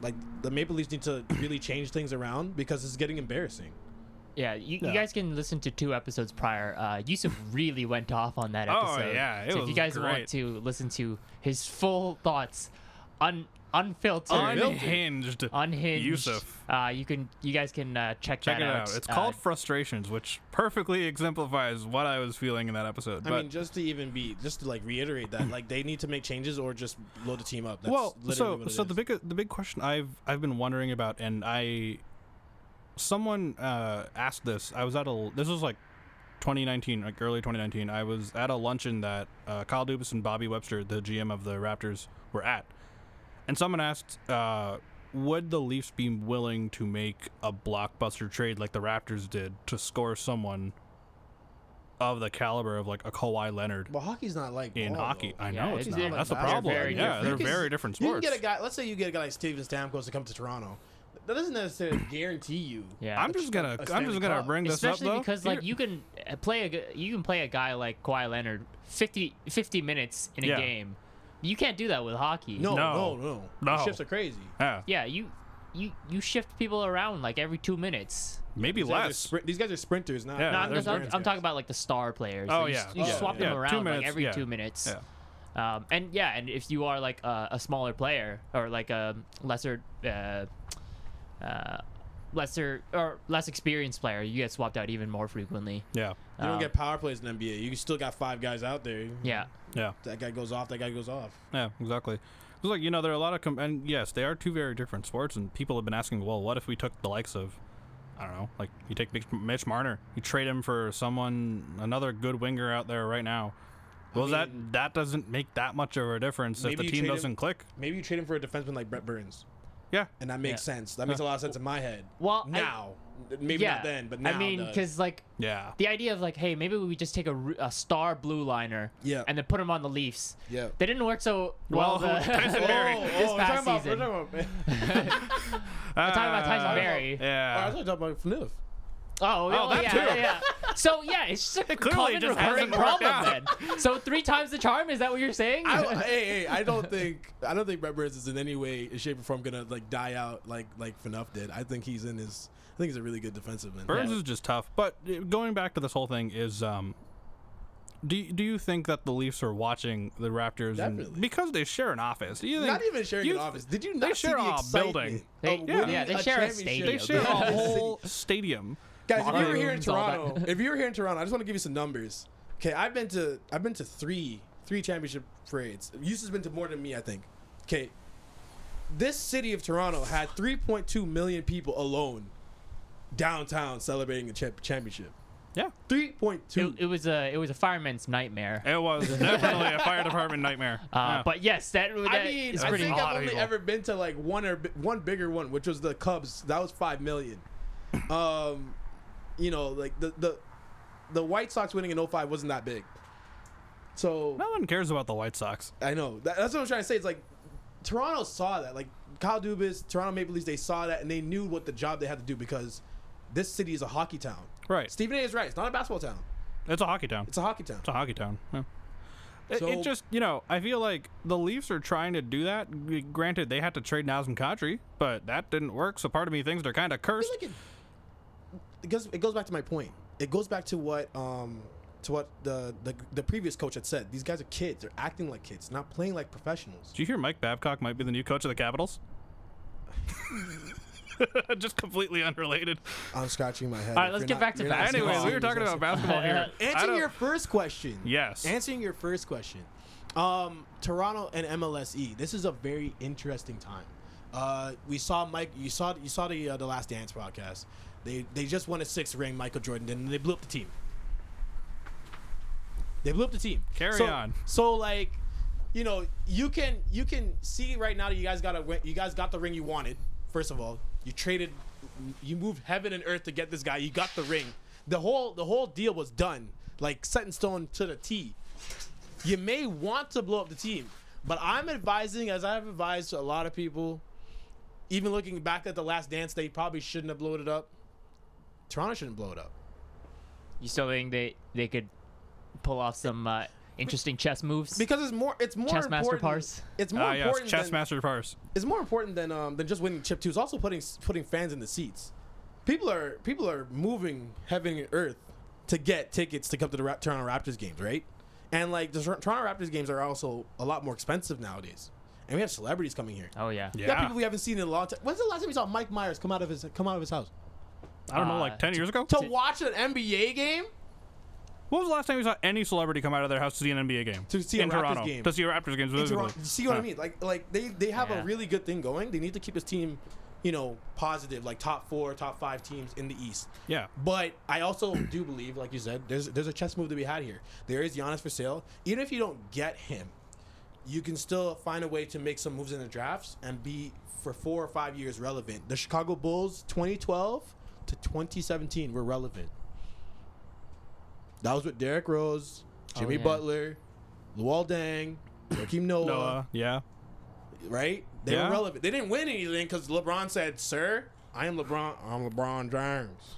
[SPEAKER 2] like the Maple Leafs need to really change things around because it's getting embarrassing.
[SPEAKER 3] Yeah, you,
[SPEAKER 1] Yeah.
[SPEAKER 3] you guys can listen to two episodes prior. Uh, Yusuf really went off on that
[SPEAKER 1] Oh,
[SPEAKER 3] episode.
[SPEAKER 1] yeah, it
[SPEAKER 3] so
[SPEAKER 1] was
[SPEAKER 3] if you guys
[SPEAKER 1] great.
[SPEAKER 3] want to listen to his full thoughts, un unfiltered,
[SPEAKER 1] Unhinged,
[SPEAKER 3] unhinged,
[SPEAKER 1] Yusuf.
[SPEAKER 3] uh, you can you guys can uh, check
[SPEAKER 1] Check
[SPEAKER 3] that
[SPEAKER 1] it
[SPEAKER 3] out.
[SPEAKER 1] out. It's
[SPEAKER 3] Uh,
[SPEAKER 1] called Frustrations, which perfectly exemplifies what I was feeling in that episode.
[SPEAKER 2] I
[SPEAKER 1] but-
[SPEAKER 2] mean, just to even be, just to like reiterate that, like they need to make changes or just blow the team up. That's
[SPEAKER 1] well,
[SPEAKER 2] literally
[SPEAKER 1] so
[SPEAKER 2] what it
[SPEAKER 1] so the
[SPEAKER 2] is.
[SPEAKER 1] big the big question I've I've been wondering about, and I someone uh, asked this. I was at a this was like 2019, like early 2019. I was at a luncheon that uh, Kyle Dubas and Bobby Webster, the GM of the Raptors, were at, and someone asked, uh, would the Leafs be willing to make a blockbuster trade like the Raptors did to score someone of the caliber of like a Kawhi Leonard
[SPEAKER 2] But hockey's not like
[SPEAKER 1] in
[SPEAKER 2] ball,
[SPEAKER 1] hockey.
[SPEAKER 2] though.
[SPEAKER 1] I
[SPEAKER 3] Yeah,
[SPEAKER 1] know
[SPEAKER 3] it's
[SPEAKER 1] it's,
[SPEAKER 3] not
[SPEAKER 1] not.
[SPEAKER 3] like
[SPEAKER 1] That's the
[SPEAKER 3] basketball.
[SPEAKER 1] problem.
[SPEAKER 3] They're very
[SPEAKER 1] yeah,
[SPEAKER 3] different.
[SPEAKER 1] they're
[SPEAKER 2] Because
[SPEAKER 1] very different
[SPEAKER 2] You can
[SPEAKER 1] sports.
[SPEAKER 2] get a guy. Let's say you get a guy like Steven Stamkos to come to Toronto. That doesn't necessarily guarantee you.
[SPEAKER 3] Yeah.
[SPEAKER 1] I'm just gonna.
[SPEAKER 2] a
[SPEAKER 1] I'm
[SPEAKER 2] Stanley
[SPEAKER 1] just gonna
[SPEAKER 2] Cup.
[SPEAKER 1] bring this
[SPEAKER 3] Especially
[SPEAKER 1] up though.
[SPEAKER 3] because like you can uh, play a g- you can play a guy like Kawhi Leonard 50, 50 minutes in a
[SPEAKER 1] Yeah.
[SPEAKER 3] game. You can't do that with hockey.
[SPEAKER 2] No, no,
[SPEAKER 1] No.
[SPEAKER 2] no.
[SPEAKER 1] No.
[SPEAKER 2] The shifts are crazy.
[SPEAKER 1] yeah,
[SPEAKER 3] Yeah, you you you shift people around like every two minutes.
[SPEAKER 1] maybe
[SPEAKER 2] These guys, are
[SPEAKER 1] less.
[SPEAKER 2] sprint, these guys are sprinters, not.
[SPEAKER 1] Yeah,
[SPEAKER 3] No, I'm,
[SPEAKER 1] there's
[SPEAKER 3] just, I'm,
[SPEAKER 2] brands
[SPEAKER 3] I'm
[SPEAKER 2] guys.
[SPEAKER 3] talking about like the star players.
[SPEAKER 1] Oh,
[SPEAKER 3] you,
[SPEAKER 1] yeah.
[SPEAKER 3] s- you
[SPEAKER 2] Yeah,
[SPEAKER 3] swap
[SPEAKER 2] yeah.
[SPEAKER 3] them
[SPEAKER 1] Yeah,
[SPEAKER 3] around
[SPEAKER 1] two
[SPEAKER 3] like
[SPEAKER 1] minutes,
[SPEAKER 3] every
[SPEAKER 1] yeah.
[SPEAKER 3] two minutes.
[SPEAKER 1] yeah.
[SPEAKER 3] Um, and yeah, and if you are like a, a smaller player or like a lesser, uh, uh, lesser or less experienced player, you get swapped out even more frequently.
[SPEAKER 1] Yeah.
[SPEAKER 2] You
[SPEAKER 3] Um,
[SPEAKER 2] don't get power plays in the NBA. You still got five guys out there.
[SPEAKER 3] Yeah,
[SPEAKER 1] Yeah.
[SPEAKER 2] That guy goes off. That guy goes off.
[SPEAKER 1] Yeah, exactly. It's like you know there are a lot of com- and yes, they are two very different sports, and people have been asking, well, what if we took the likes of, I don't know, like you take Mitch, Mitch Marner, you trade him for someone another good winger out there right now. Well, that that doesn't make that much of a difference if
[SPEAKER 2] Maybe
[SPEAKER 1] the
[SPEAKER 2] you
[SPEAKER 1] team
[SPEAKER 2] trade him-
[SPEAKER 1] doesn't click.
[SPEAKER 2] Maybe you trade him for a defenseman like Brett Burns,
[SPEAKER 1] Yeah,
[SPEAKER 2] and that makes
[SPEAKER 3] Yeah.
[SPEAKER 2] sense. That makes a lot of sense in my head.
[SPEAKER 3] Well, I-
[SPEAKER 2] now, maybe
[SPEAKER 3] yeah.
[SPEAKER 2] not then, but now.
[SPEAKER 3] I mean,
[SPEAKER 2] it does.
[SPEAKER 3] because like
[SPEAKER 1] yeah,
[SPEAKER 3] the idea of like, hey, maybe we just take a, re- a star blue liner,
[SPEAKER 2] Yeah.
[SPEAKER 3] and then put him on the Leafs.
[SPEAKER 2] Yeah.
[SPEAKER 3] they didn't work so well.
[SPEAKER 1] Well,
[SPEAKER 3] the-
[SPEAKER 1] Tyson Barry.
[SPEAKER 2] Oh,
[SPEAKER 3] this
[SPEAKER 2] oh, we're
[SPEAKER 3] past
[SPEAKER 2] talking
[SPEAKER 3] season.
[SPEAKER 2] About, we're talking about,
[SPEAKER 1] I'm
[SPEAKER 3] talking about Tyson Barry.
[SPEAKER 2] I was
[SPEAKER 1] Uh, Ah, Yeah,
[SPEAKER 2] talking about Fniff.
[SPEAKER 3] Oh, oh,
[SPEAKER 1] that
[SPEAKER 3] yeah,
[SPEAKER 1] too.
[SPEAKER 3] yeah, yeah. So yeah, it's just a
[SPEAKER 1] clearly
[SPEAKER 3] common
[SPEAKER 1] just hasn't
[SPEAKER 3] recurring
[SPEAKER 1] worked
[SPEAKER 3] problem.
[SPEAKER 1] out.
[SPEAKER 3] Then. So three times the charm is that what you're saying?
[SPEAKER 2] I don't- hey, hey, I don't think I don't think Brett Burns is in any way, shape, or form gonna like die out like like Fnuff did. I think he's in his. I think he's a really good defensiveman.
[SPEAKER 1] Burns
[SPEAKER 3] Yeah.
[SPEAKER 1] is just tough. But uh, going back to this whole thing is, um, do y- do you think that the Leafs are watching the Raptors and-
[SPEAKER 2] Definitely.
[SPEAKER 1] because they share an office? Do you think
[SPEAKER 2] Not even sharing
[SPEAKER 1] you
[SPEAKER 2] an
[SPEAKER 1] th-
[SPEAKER 2] office. Did you not
[SPEAKER 1] share
[SPEAKER 2] see the
[SPEAKER 1] a
[SPEAKER 2] excitement
[SPEAKER 1] building.
[SPEAKER 3] They-
[SPEAKER 2] of
[SPEAKER 3] yeah,
[SPEAKER 2] winning
[SPEAKER 3] yeah, they share a
[SPEAKER 2] championship?
[SPEAKER 3] stadium.
[SPEAKER 1] They share a
[SPEAKER 2] Yeah.
[SPEAKER 1] whole stadium.
[SPEAKER 2] Guys, if
[SPEAKER 1] Locker
[SPEAKER 2] you were here in
[SPEAKER 3] rooms, all that.
[SPEAKER 2] Toronto, if you were here in Toronto, I just want to give you some numbers. Okay, I've been to I've been to three three championship parades. Yusuf has been to more than me, I think. Okay, this city of Toronto had 3.2 million people alone downtown celebrating the champ- championship.
[SPEAKER 1] Yeah.
[SPEAKER 2] 3.2.
[SPEAKER 3] It, it was a it was a fireman's nightmare.
[SPEAKER 1] It was definitely a fire department nightmare.
[SPEAKER 3] Uh,
[SPEAKER 1] Yeah.
[SPEAKER 3] But yes, that, that
[SPEAKER 2] I mean,
[SPEAKER 3] is
[SPEAKER 2] I
[SPEAKER 3] pretty
[SPEAKER 2] think
[SPEAKER 1] lot
[SPEAKER 2] I've
[SPEAKER 1] of
[SPEAKER 2] only
[SPEAKER 1] people.
[SPEAKER 2] ever been to like one or bi- one bigger one, which was the Cubs. That was five million. Um, you know, like the the the White Sox winning in 05 wasn't that big. So
[SPEAKER 1] no one cares about the White Sox.
[SPEAKER 2] I know that, that's what I'm trying to say. It's like Toronto saw that, like Kyle Dubas, Toronto Maple Leafs, they saw that and they knew what the job they had to do because this city is a hockey town.
[SPEAKER 1] Right.
[SPEAKER 2] Stephen A. is right. It's not a basketball town.
[SPEAKER 1] It's a hockey town.
[SPEAKER 2] It's a hockey town.
[SPEAKER 1] It's a hockey town. Yeah. It,
[SPEAKER 2] So-
[SPEAKER 1] it just, you know, I feel like the Leafs are trying to do that. G- Granted, they had to trade Nazem Kadri, but that didn't work. So part of me thinks they're kind of
[SPEAKER 2] I feel
[SPEAKER 1] cursed.
[SPEAKER 2] like it, it goes it goes back to my point. It goes back to what um to what the, the the previous coach had said. These guys are kids. They're acting like kids, not playing like professionals.
[SPEAKER 1] Do you hear Mike Babcock might be the new coach of the Capitals? just completely unrelated.
[SPEAKER 2] I'm scratching my head.
[SPEAKER 3] All right,
[SPEAKER 2] If
[SPEAKER 3] let's
[SPEAKER 2] you're
[SPEAKER 3] get
[SPEAKER 2] not-
[SPEAKER 3] back to
[SPEAKER 2] you're not
[SPEAKER 3] basketball.
[SPEAKER 1] Anyways, we were
[SPEAKER 2] serious,
[SPEAKER 1] talking
[SPEAKER 2] that's-
[SPEAKER 1] about basketball here. I
[SPEAKER 2] Answering
[SPEAKER 1] don't-
[SPEAKER 2] your first question.
[SPEAKER 1] Yes.
[SPEAKER 2] Answering your first question. Um, Toronto and MLSE. E, This is a very interesting time. Uh, we saw Mike. You saw you saw the uh, the Last Dance podcast. They they just won a sixth ring. Michael Jordan did, and they blew up the team. They blew up the team.
[SPEAKER 1] Carry
[SPEAKER 2] So-
[SPEAKER 1] on.
[SPEAKER 2] So like, you know, you can you can see right now that you guys got a ri- you guys got the ring you wanted. First of all, you traded, you moved heaven and earth to get this guy. You got the ring. The whole the whole deal was done, like set in stone to the T. You may want to blow up the team, but I'm advising, as I've advised a lot of people, even looking back at the Last Dance, they probably shouldn't have blown it up. Toronto shouldn't blow it up.
[SPEAKER 3] You still think they they could pull off some uh, interesting chess moves?
[SPEAKER 2] Because it's more, it's more
[SPEAKER 3] Chess master
[SPEAKER 2] important.
[SPEAKER 3] parse.
[SPEAKER 2] It's more
[SPEAKER 1] Ah, yes.
[SPEAKER 2] important.
[SPEAKER 1] Chess
[SPEAKER 2] than-
[SPEAKER 1] Master Parse.
[SPEAKER 2] it's more important than um, than just winning chip two. It's also putting putting fans in the seats. People are people are moving heaven and earth to get tickets to come to the Ra- Toronto Raptors games, right? And like the Tor- Toronto Raptors games are also a lot more expensive nowadays, and we have celebrities coming here.
[SPEAKER 3] oh yeah,
[SPEAKER 2] We got
[SPEAKER 1] Yeah.
[SPEAKER 2] people we haven't seen in a long time. When's the last time you saw Mike Myers come out of his come out of his house
[SPEAKER 1] I don't know,
[SPEAKER 3] Uh,
[SPEAKER 1] like 10 years ago?
[SPEAKER 2] to watch an NBA game?
[SPEAKER 1] What was the last time you saw any celebrity come out of their house to see an NBA game?
[SPEAKER 2] To see a
[SPEAKER 1] in
[SPEAKER 2] Raptors
[SPEAKER 1] Toronto.
[SPEAKER 2] game.
[SPEAKER 1] To see a Raptors game.
[SPEAKER 2] in
[SPEAKER 1] specifically.
[SPEAKER 2] Toronto. See what I
[SPEAKER 1] Yeah.
[SPEAKER 2] mean? Like like they they have
[SPEAKER 3] Yeah.
[SPEAKER 2] a really good thing going. They need to keep this team, you know, positive, like top four, top five teams in the East.
[SPEAKER 1] Yeah.
[SPEAKER 2] But I also do believe, like you said, there's there's a chess move to be had here. There is Giannis for sale. Even if you don't get him, you can still find a way to make some moves in the drafts and be for four or five years relevant. The Chicago Bulls 2012 to 2017 were relevant. That was with Derrick Rose, Jimmy
[SPEAKER 3] yeah.
[SPEAKER 2] Butler, Luol Deng, Joakim Noah,
[SPEAKER 1] Noah, uh, yeah.
[SPEAKER 2] right? They
[SPEAKER 1] Yeah.
[SPEAKER 2] were relevant. They didn't win anything because LeBron said, "Sir, I am LeBron. I'm LeBron James.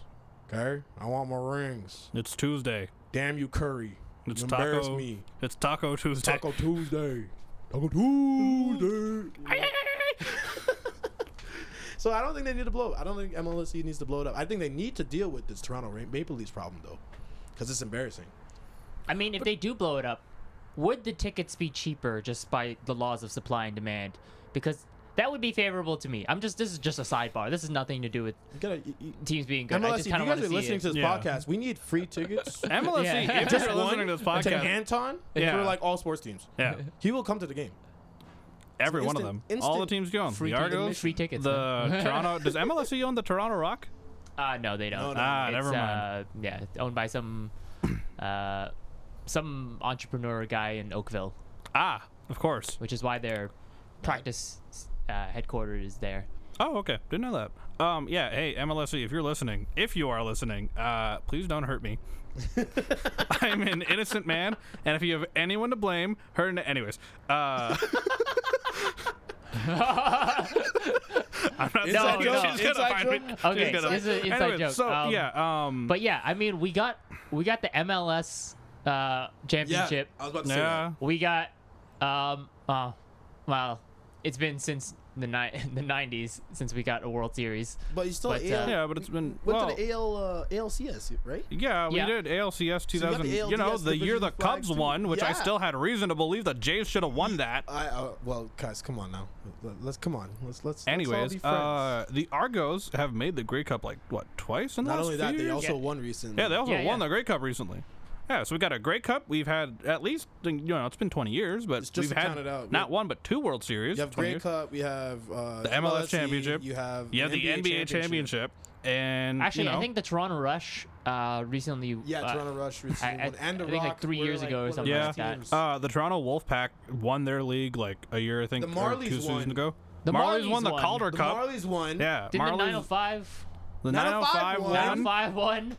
[SPEAKER 2] Okay, I want my rings.
[SPEAKER 1] It's Tuesday.
[SPEAKER 2] Damn you, Curry. You
[SPEAKER 1] It's
[SPEAKER 2] embarrass
[SPEAKER 1] taco.
[SPEAKER 2] me.
[SPEAKER 1] It's Taco Tuesday.
[SPEAKER 2] Taco Tuesday. Taco Tuesday. so I don't think they need to blow. Up. I don't think MLSC needs to blow it up. I think they need to deal with this Toronto Ra- Maple Leafs problem though, because it's embarrassing.
[SPEAKER 3] I mean, if they do blow it up, would the tickets be cheaper just by the laws of supply and demand? Because that would be favorable to me. I'm just this is just a sidebar. This is nothing to do with
[SPEAKER 2] You gotta. You, you,
[SPEAKER 3] teams being good.
[SPEAKER 2] MLSC,
[SPEAKER 3] I just
[SPEAKER 2] if you
[SPEAKER 3] kind
[SPEAKER 2] guys
[SPEAKER 3] of want
[SPEAKER 2] are
[SPEAKER 3] to see
[SPEAKER 2] listening
[SPEAKER 3] it.
[SPEAKER 2] to this
[SPEAKER 1] Yeah.
[SPEAKER 2] podcast, we need free tickets.
[SPEAKER 1] MLSC,
[SPEAKER 3] Yeah.
[SPEAKER 1] if
[SPEAKER 2] Just
[SPEAKER 1] you're
[SPEAKER 2] one.
[SPEAKER 1] listening to this
[SPEAKER 2] Like an
[SPEAKER 1] podcast,
[SPEAKER 2] Anton.
[SPEAKER 1] Yeah.
[SPEAKER 2] Yeah. For like all sports teams.
[SPEAKER 1] yeah,
[SPEAKER 2] He will come to the game.
[SPEAKER 1] every one of them,
[SPEAKER 2] instant-
[SPEAKER 1] all the
[SPEAKER 2] instant
[SPEAKER 1] teams you own,
[SPEAKER 3] free
[SPEAKER 1] the
[SPEAKER 3] ticket-
[SPEAKER 1] Argos,
[SPEAKER 3] free tickets,
[SPEAKER 1] the
[SPEAKER 3] man.
[SPEAKER 1] Toronto. Does MLSC E own the Toronto Rock?
[SPEAKER 3] Uh, no, they don't.
[SPEAKER 2] No, no,
[SPEAKER 1] Ah,
[SPEAKER 3] it's,
[SPEAKER 1] never mind.
[SPEAKER 3] Uh, yeah, owned by some uh, some entrepreneur guy in Oakville,
[SPEAKER 1] Ah, of course.
[SPEAKER 3] which is why their practice uh, headquarters is there.
[SPEAKER 1] Oh, okay. Didn't know that. Um, yeah. Hey, MLSC, if you're listening, if you are listening, uh, please don't hurt me. I'm an innocent man, and if you have anyone to blame, her. Anyways, uh, I'm not
[SPEAKER 2] Inside
[SPEAKER 1] saying
[SPEAKER 2] joke,
[SPEAKER 1] she's gonna
[SPEAKER 2] inside
[SPEAKER 1] find me.
[SPEAKER 2] joke.
[SPEAKER 1] She's
[SPEAKER 3] Okay,
[SPEAKER 1] gonna-
[SPEAKER 3] it's an inside
[SPEAKER 1] Anyways,
[SPEAKER 3] joke.
[SPEAKER 1] So
[SPEAKER 3] Um,
[SPEAKER 1] yeah. Um,
[SPEAKER 3] But yeah, I mean, we got we got the MLS uh, championship.
[SPEAKER 2] I was about to say.
[SPEAKER 1] yeah.
[SPEAKER 3] We got um uh well, it's been since the ni- the 90s since we got a World Series.
[SPEAKER 2] But you still
[SPEAKER 3] But, uh,
[SPEAKER 1] Yeah, but it's been
[SPEAKER 2] went
[SPEAKER 1] well,
[SPEAKER 2] to the AL uh, ALCS, right?
[SPEAKER 1] Yeah, we
[SPEAKER 3] Yeah.
[SPEAKER 1] did ALCS 2000.
[SPEAKER 2] the
[SPEAKER 1] you, know,
[SPEAKER 2] ALDS
[SPEAKER 1] the year
[SPEAKER 2] division
[SPEAKER 1] the
[SPEAKER 2] flags
[SPEAKER 1] Cubs
[SPEAKER 2] too.
[SPEAKER 1] won, which I
[SPEAKER 2] Yeah.
[SPEAKER 1] still had reason to believe the Jays should have won that.
[SPEAKER 2] I uh, well, guys, come on now. Let- Let's come on. Let's let's. let's all be
[SPEAKER 1] Anyways,
[SPEAKER 2] friends.
[SPEAKER 1] uh, the Argos have made the Grey Cup like what twice in the
[SPEAKER 2] not
[SPEAKER 1] last
[SPEAKER 2] only
[SPEAKER 1] few
[SPEAKER 2] that, they
[SPEAKER 1] years?
[SPEAKER 2] also
[SPEAKER 3] Yeah.
[SPEAKER 2] won recently.
[SPEAKER 1] yeah, they also
[SPEAKER 3] Yeah,
[SPEAKER 1] won
[SPEAKER 3] yeah.
[SPEAKER 1] the Grey Cup recently. Yeah, so we got a Grey Cup. We've had at least you know it's been 20 years, but
[SPEAKER 2] It's just
[SPEAKER 1] we've
[SPEAKER 2] to
[SPEAKER 1] had
[SPEAKER 2] count it out.
[SPEAKER 1] not
[SPEAKER 2] We-
[SPEAKER 1] one but two World Series.
[SPEAKER 2] you have
[SPEAKER 1] 20
[SPEAKER 2] Grey
[SPEAKER 1] years.
[SPEAKER 2] Cup. We have uh, the
[SPEAKER 1] MLS championship.
[SPEAKER 2] You have
[SPEAKER 1] You have the NBA championship, and
[SPEAKER 3] Actually,
[SPEAKER 1] you know,
[SPEAKER 3] I think the Toronto Rush uh recently
[SPEAKER 2] Yeah,
[SPEAKER 3] uh,
[SPEAKER 2] Toronto Rush
[SPEAKER 3] I-
[SPEAKER 2] recently
[SPEAKER 3] I-
[SPEAKER 2] won, and the
[SPEAKER 3] I think, like,
[SPEAKER 2] Rock
[SPEAKER 3] three
[SPEAKER 2] were,
[SPEAKER 3] years
[SPEAKER 2] like,
[SPEAKER 3] ago or
[SPEAKER 2] one of
[SPEAKER 3] something
[SPEAKER 2] those
[SPEAKER 1] like
[SPEAKER 3] that.
[SPEAKER 2] teams.
[SPEAKER 1] Uh, the Toronto Wolfpack won their league like a year, I think,
[SPEAKER 2] The
[SPEAKER 1] or
[SPEAKER 2] Marlies
[SPEAKER 1] two seasons
[SPEAKER 2] won.
[SPEAKER 1] ago.
[SPEAKER 3] The
[SPEAKER 1] Marlies
[SPEAKER 3] Marlies
[SPEAKER 1] won the
[SPEAKER 3] won.
[SPEAKER 1] Calder
[SPEAKER 2] the
[SPEAKER 1] Cup.
[SPEAKER 2] Marlies won.
[SPEAKER 1] yeah,
[SPEAKER 3] Didn't the
[SPEAKER 1] Marlies.
[SPEAKER 3] 905
[SPEAKER 1] The 905
[SPEAKER 2] 905 won.
[SPEAKER 1] won.
[SPEAKER 3] 905 won?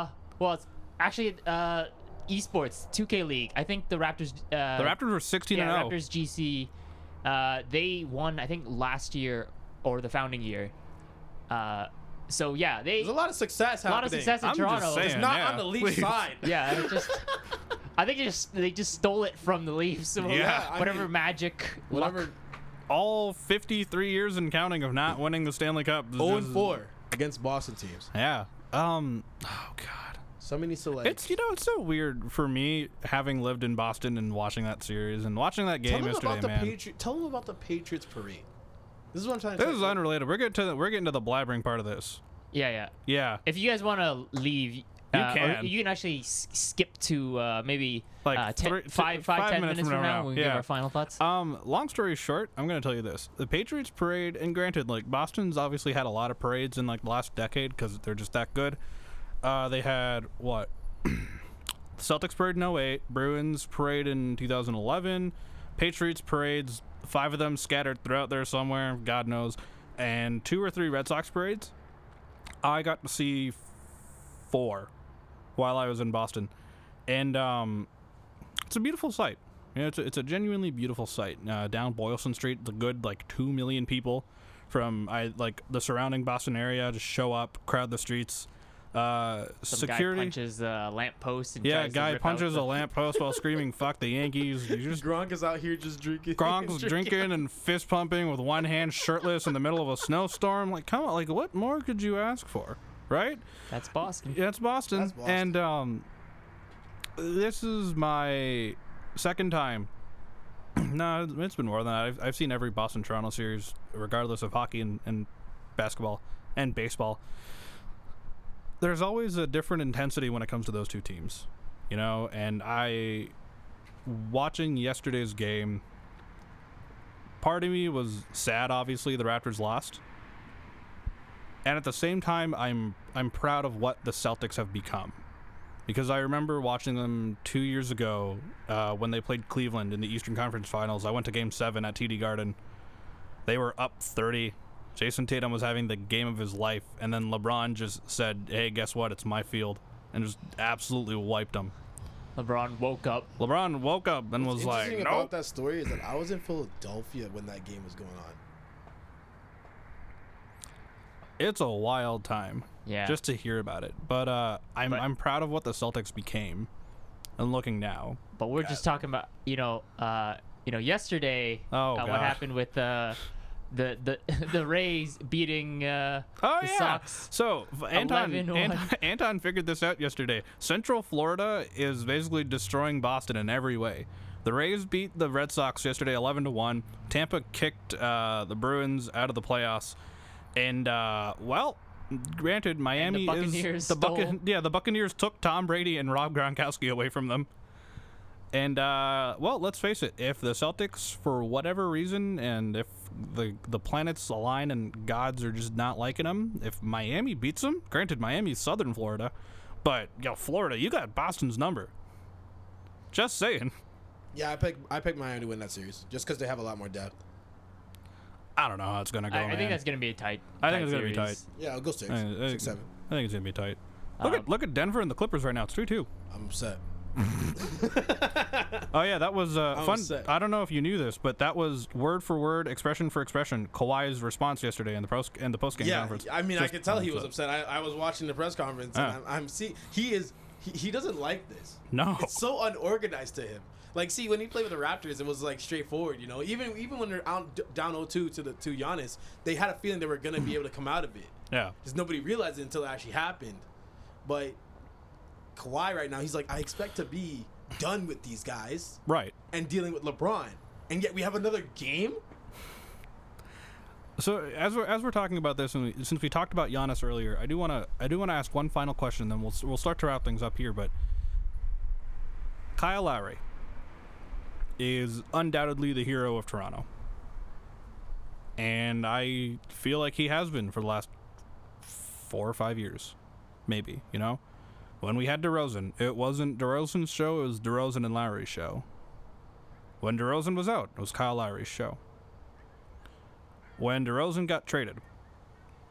[SPEAKER 3] Uh well, it's actually uh esports 2K League. I think the Raptors uh
[SPEAKER 1] The Raptors were 16
[SPEAKER 3] yeah,
[SPEAKER 1] and oh. 0.
[SPEAKER 3] Raptors GC uh they won I think last year or the founding year. Uh so yeah, they
[SPEAKER 2] There's a lot of success
[SPEAKER 3] a
[SPEAKER 2] happening.
[SPEAKER 3] lot of success in
[SPEAKER 1] I'm just
[SPEAKER 3] Toronto.
[SPEAKER 1] saying.
[SPEAKER 2] It's not
[SPEAKER 1] Yeah,
[SPEAKER 2] on the leaf
[SPEAKER 1] please.
[SPEAKER 2] side.
[SPEAKER 3] Yeah, it just I think it just they just stole it from the Leafs. So
[SPEAKER 1] Yeah,
[SPEAKER 2] I
[SPEAKER 3] whatever
[SPEAKER 2] mean,
[SPEAKER 3] magic,
[SPEAKER 2] Whatever.
[SPEAKER 3] luck.
[SPEAKER 1] All 53 years and counting of not winning the Stanley Cup. is
[SPEAKER 2] 0
[SPEAKER 1] just-
[SPEAKER 2] and 4 against Boston teams.
[SPEAKER 1] Yeah. Um. Oh God.
[SPEAKER 2] Somebody needs to like.
[SPEAKER 1] It's you know it's so weird for me having lived in Boston and watching that series and watching that
[SPEAKER 2] tell
[SPEAKER 1] game
[SPEAKER 2] them
[SPEAKER 1] yesterday,
[SPEAKER 2] about the
[SPEAKER 1] man.
[SPEAKER 2] Patri- Tell them about the Patriots parade. This is what I'm trying to.
[SPEAKER 1] this
[SPEAKER 2] tell
[SPEAKER 1] is
[SPEAKER 2] you.
[SPEAKER 1] unrelated. We're getting to the, we're getting to the blabbering part of this.
[SPEAKER 3] Yeah, yeah.
[SPEAKER 1] Yeah.
[SPEAKER 3] If you guys want to leave, uh, or
[SPEAKER 1] can.
[SPEAKER 3] You can actually s- skip to uh, maybe
[SPEAKER 1] Like
[SPEAKER 3] uh, ten,
[SPEAKER 1] three- t-
[SPEAKER 3] five, five,
[SPEAKER 1] five
[SPEAKER 3] ten
[SPEAKER 1] minutes
[SPEAKER 3] minutes,
[SPEAKER 1] from
[SPEAKER 3] from
[SPEAKER 1] now,
[SPEAKER 3] now. when we give
[SPEAKER 1] yeah.
[SPEAKER 3] our final thoughts.
[SPEAKER 1] Um, long story short, I'm gonna tell you this: the Patriots parade, and granted, like Boston's obviously had a lot of parades in like the last decade because they're just that good. Uh, they had what? Celtics parade in 08, Bruins parade in 2011, Patriots parades, five of them scattered throughout there somewhere, God knows, and two or three Red Sox parades. I got to see four while I was in Boston, and um, it's a beautiful sight. You know, it's a, it's a genuinely beautiful sight. Uh, down Boylston Street, the good like two million people from I like the surrounding Boston area just show up, crowd the streets. Uh,
[SPEAKER 3] Some guy
[SPEAKER 1] security,
[SPEAKER 3] punches a lamppost and
[SPEAKER 1] yeah,
[SPEAKER 3] tries to
[SPEAKER 1] guy
[SPEAKER 3] rip out
[SPEAKER 1] punches a
[SPEAKER 3] the-
[SPEAKER 1] lamppost while screaming "fuck the Yankees." You just
[SPEAKER 2] Gronk is out here just drinking.
[SPEAKER 1] Gronk's drinking and fist pumping with one hand, shirtless in the middle of a snowstorm. Like, come on, like what more could you ask for, right?
[SPEAKER 3] That's Boston.
[SPEAKER 1] Yeah, it's Boston.
[SPEAKER 2] That's Boston.
[SPEAKER 1] And um, this is my second time. no, it's been more than that. I've, I've seen every Boston Toronto series, regardless of hockey and, and basketball and baseball. There's always a different intensity when it comes to those two teams, you know. And I, watching yesterday's game, part of me was sad. Obviously, the Raptors lost and at the same time i'm i'm proud of what the celtics have become because i remember watching them two years ago uh, when they played cleveland in the eastern conference finals i went to game seven at td garden they were up 30 jason tatum was having the game of his life and then lebron just said hey guess what it's my field and just absolutely wiped them.
[SPEAKER 3] LeBron woke up.
[SPEAKER 1] LeBron woke up and was like,
[SPEAKER 2] Interesting
[SPEAKER 1] nope.
[SPEAKER 2] about that story is that I was in Philadelphia when that game was going on.
[SPEAKER 1] it's a wild time.
[SPEAKER 3] Yeah.
[SPEAKER 1] Just to hear about it. But uh, I'm
[SPEAKER 3] But-
[SPEAKER 1] I'm proud of what the Celtics became, and looking now.
[SPEAKER 3] But we're just talking about you know, uh, you know, yesterday
[SPEAKER 1] Oh,
[SPEAKER 3] uh,
[SPEAKER 1] God.
[SPEAKER 3] what happened with uh, the the the Rays beating uh,
[SPEAKER 1] Oh
[SPEAKER 3] the
[SPEAKER 1] yeah.
[SPEAKER 3] Sox.
[SPEAKER 1] So f- Anton,
[SPEAKER 3] 11-1.
[SPEAKER 1] Anton Anton figured this out yesterday. Central Florida is basically destroying Boston in every way. The Rays beat the Red Sox yesterday, eleven to one. Tampa kicked uh, the Bruins out of the playoffs, and uh, well, granted, Miami is
[SPEAKER 3] Buccaneers
[SPEAKER 1] the
[SPEAKER 3] stole.
[SPEAKER 1] yeah the Buccaneers took Tom Brady and Rob Gronkowski away from them. And uh, well, let's face it: if the Celtics, for whatever reason, and if the the planets align and gods are just not liking them, if Miami beats them, granted Miami's Southern Florida, but yo, Florida, you got Boston's number. Just saying.
[SPEAKER 2] Yeah, I picked I picked Miami to win that series just because they have a lot more depth.
[SPEAKER 1] I don't know how it's gonna go.
[SPEAKER 3] I, I
[SPEAKER 1] man.
[SPEAKER 3] think that's gonna be a tight.
[SPEAKER 1] I think
[SPEAKER 3] tight
[SPEAKER 1] it's gonna be
[SPEAKER 3] series.
[SPEAKER 1] tight.
[SPEAKER 2] Yeah, I'll go six,
[SPEAKER 1] I, I-
[SPEAKER 2] six, seven.
[SPEAKER 1] I think it's gonna be tight. Look
[SPEAKER 3] Um,
[SPEAKER 1] at look at Denver and the Clippers right now. It's three two.
[SPEAKER 2] I'm upset.
[SPEAKER 1] Oh yeah, that was uh, fun.
[SPEAKER 2] sick.
[SPEAKER 1] I don't know if you knew this, but that was word for word, expression for expression, Kawhi's response yesterday in the post in the post game
[SPEAKER 2] Yeah,
[SPEAKER 1] conference.
[SPEAKER 2] I mean, I
[SPEAKER 1] Just-
[SPEAKER 2] could tell he was
[SPEAKER 1] so-
[SPEAKER 2] upset. I, I was watching the press conference. And
[SPEAKER 1] Ah.
[SPEAKER 2] I'm, I'm see he is he, he doesn't like this.
[SPEAKER 1] No.
[SPEAKER 2] it's so unorganized to him. Like, see, when he played with the Raptors, it was like straightforward. You know, even even when they're out down 0-2 to the to Giannis, they had a feeling they were gonna be able to come out of it.
[SPEAKER 1] Yeah.
[SPEAKER 2] Just nobody realized it until it actually happened. But Kawhi right now, he's like, I expect to be done with these guys
[SPEAKER 1] Right.
[SPEAKER 2] and dealing with LeBron, and yet we have another game.
[SPEAKER 1] So as we're as we're talking about this, and we, since we talked about Giannis earlier, I do want to I do want to ask one final question. Then we'll s- we'll start to wrap things up here. But Kyle Lowry is undoubtedly the hero of Toronto, and I feel like he has been for the last four or five years, maybe. You know, when we had DeRozan, it wasn't DeRozan's show; it was DeRozan and Lowry's show. When DeRozan was out, it was Kyle Lowry's show. When DeRozan got traded,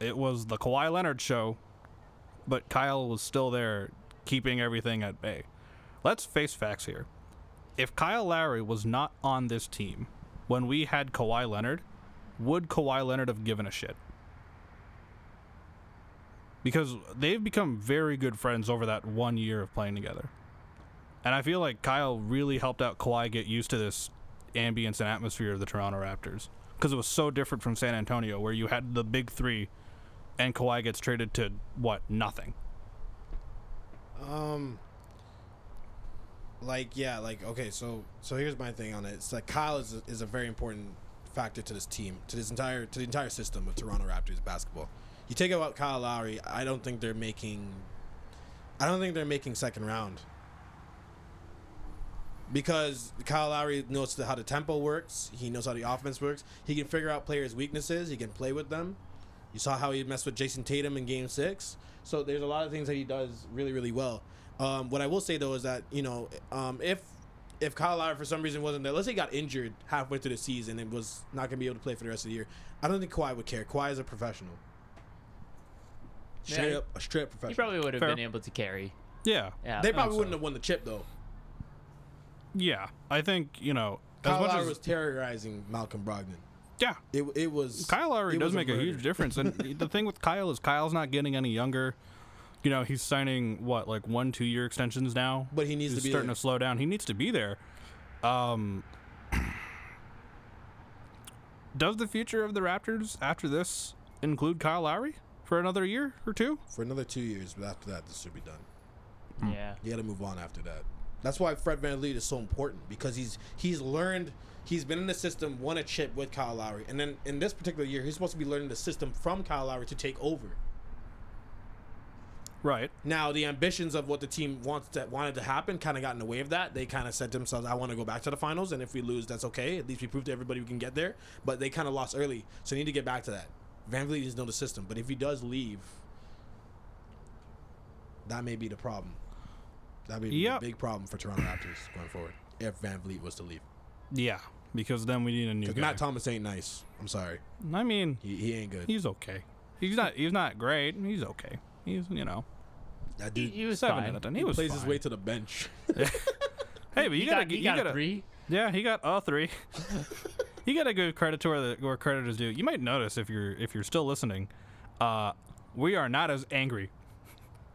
[SPEAKER 1] it was the Kawhi Leonard show, but Kyle was still there keeping everything at bay. Let's face facts here. If Kyle Lowry was not on this team when we had Kawhi Leonard, would Kawhi Leonard have given a shit? Because they've become very good friends over that one year of playing together. And I feel like Kyle really helped out Kawhi get used to this ambience and atmosphere of the Toronto Raptors because it was so different from San Antonio, where you had the big three, and Kawhi gets traded to what nothing.
[SPEAKER 2] Um, like yeah, like okay, so so here's my thing on it. It's like Kyle is a, is a very important factor to this team, to this entire to the entire system of Toronto Raptors basketball. You take out Kyle Lowry, I don't think they're making. I don't think they're making second round. Because Kyle Lowry knows the, how the tempo works. He knows how the offense works. He can figure out players' weaknesses. He can play with them. You saw how he messed with Jason Tatum in Game Six. So there's a lot of things that he does really, really well. Um, what I will say though is that you know um, if if Kyle Lowry for some reason wasn't there, let's say he got injured halfway through the season and was not going to be able to play for the rest of the year, I don't think Kawhi would care. Kawhi is a professional.
[SPEAKER 3] Yeah,
[SPEAKER 2] Straight
[SPEAKER 3] he-
[SPEAKER 2] up, a straight up
[SPEAKER 3] He
[SPEAKER 2] professional.
[SPEAKER 3] probably would have
[SPEAKER 1] Fair.
[SPEAKER 3] been able to carry.
[SPEAKER 1] Yeah,
[SPEAKER 3] Yeah.
[SPEAKER 2] they probably
[SPEAKER 1] so.
[SPEAKER 2] wouldn't have won the chip though.
[SPEAKER 1] yeah. I think you know as
[SPEAKER 2] Kyle
[SPEAKER 1] much
[SPEAKER 2] Lowry
[SPEAKER 1] as
[SPEAKER 2] was terrorizing Malcolm Brogdon.
[SPEAKER 1] yeah.
[SPEAKER 2] It, it was
[SPEAKER 1] Kyle Lowry
[SPEAKER 2] it
[SPEAKER 1] does
[SPEAKER 2] was
[SPEAKER 1] make a,
[SPEAKER 2] murder.
[SPEAKER 1] huge difference, and the thing with Kyle is Kyle's not getting any younger. You know, he's signing what like one, two year extensions now.
[SPEAKER 2] But he needs
[SPEAKER 1] he's
[SPEAKER 2] to be
[SPEAKER 1] starting
[SPEAKER 2] there.
[SPEAKER 1] to slow down. He needs to be there. Um, does the future of the Raptors after this include Kyle Lowry for another year or two?
[SPEAKER 2] for another two years. But after that, this should be done.
[SPEAKER 3] Yeah.
[SPEAKER 2] You got to move on after that. That's why Fred Van Vliet is so important because he's he's learned he's been in the system, won a chip with Kyle Lowry, and then in this particular year, he's supposed to be learning the system from Kyle Lowry to take over.
[SPEAKER 1] Right.
[SPEAKER 2] Now the ambitions of what the team wants that wanted to happen kind of got in the way of that. They kind of said to themselves, "I want to go back to the finals, and if we lose, that's okay. At least we proved to everybody we can get there." But they kind of lost early, so they need to get back to that. Van Vliet needs to know the system, but if he does leave, that may be the problem. That may be
[SPEAKER 1] Yep.
[SPEAKER 2] a big problem for Toronto Raptors going forward if Van Vliet was to leave.
[SPEAKER 1] Yeah, because then we need a new
[SPEAKER 2] Because
[SPEAKER 1] guy.
[SPEAKER 2] Matt Thomas ain't nice. I'm sorry,
[SPEAKER 1] I mean,
[SPEAKER 2] he, he ain't good.
[SPEAKER 1] he's okay. He's not. He's not great. He's okay. He's you know.
[SPEAKER 2] That
[SPEAKER 3] He,
[SPEAKER 2] dude.
[SPEAKER 3] he was
[SPEAKER 1] Seven
[SPEAKER 3] fine.
[SPEAKER 1] out of ten. He,
[SPEAKER 4] He
[SPEAKER 1] was
[SPEAKER 4] plays
[SPEAKER 1] fine.
[SPEAKER 4] his way to the bench.
[SPEAKER 1] Hey, but you
[SPEAKER 3] He
[SPEAKER 1] gotta
[SPEAKER 3] got, he
[SPEAKER 1] you
[SPEAKER 3] got
[SPEAKER 1] gotta
[SPEAKER 3] a three.
[SPEAKER 1] Yeah, he got a three. you got to give credit to where, the, where credit is due. You might notice if you're if you're still listening, uh, we are not as angry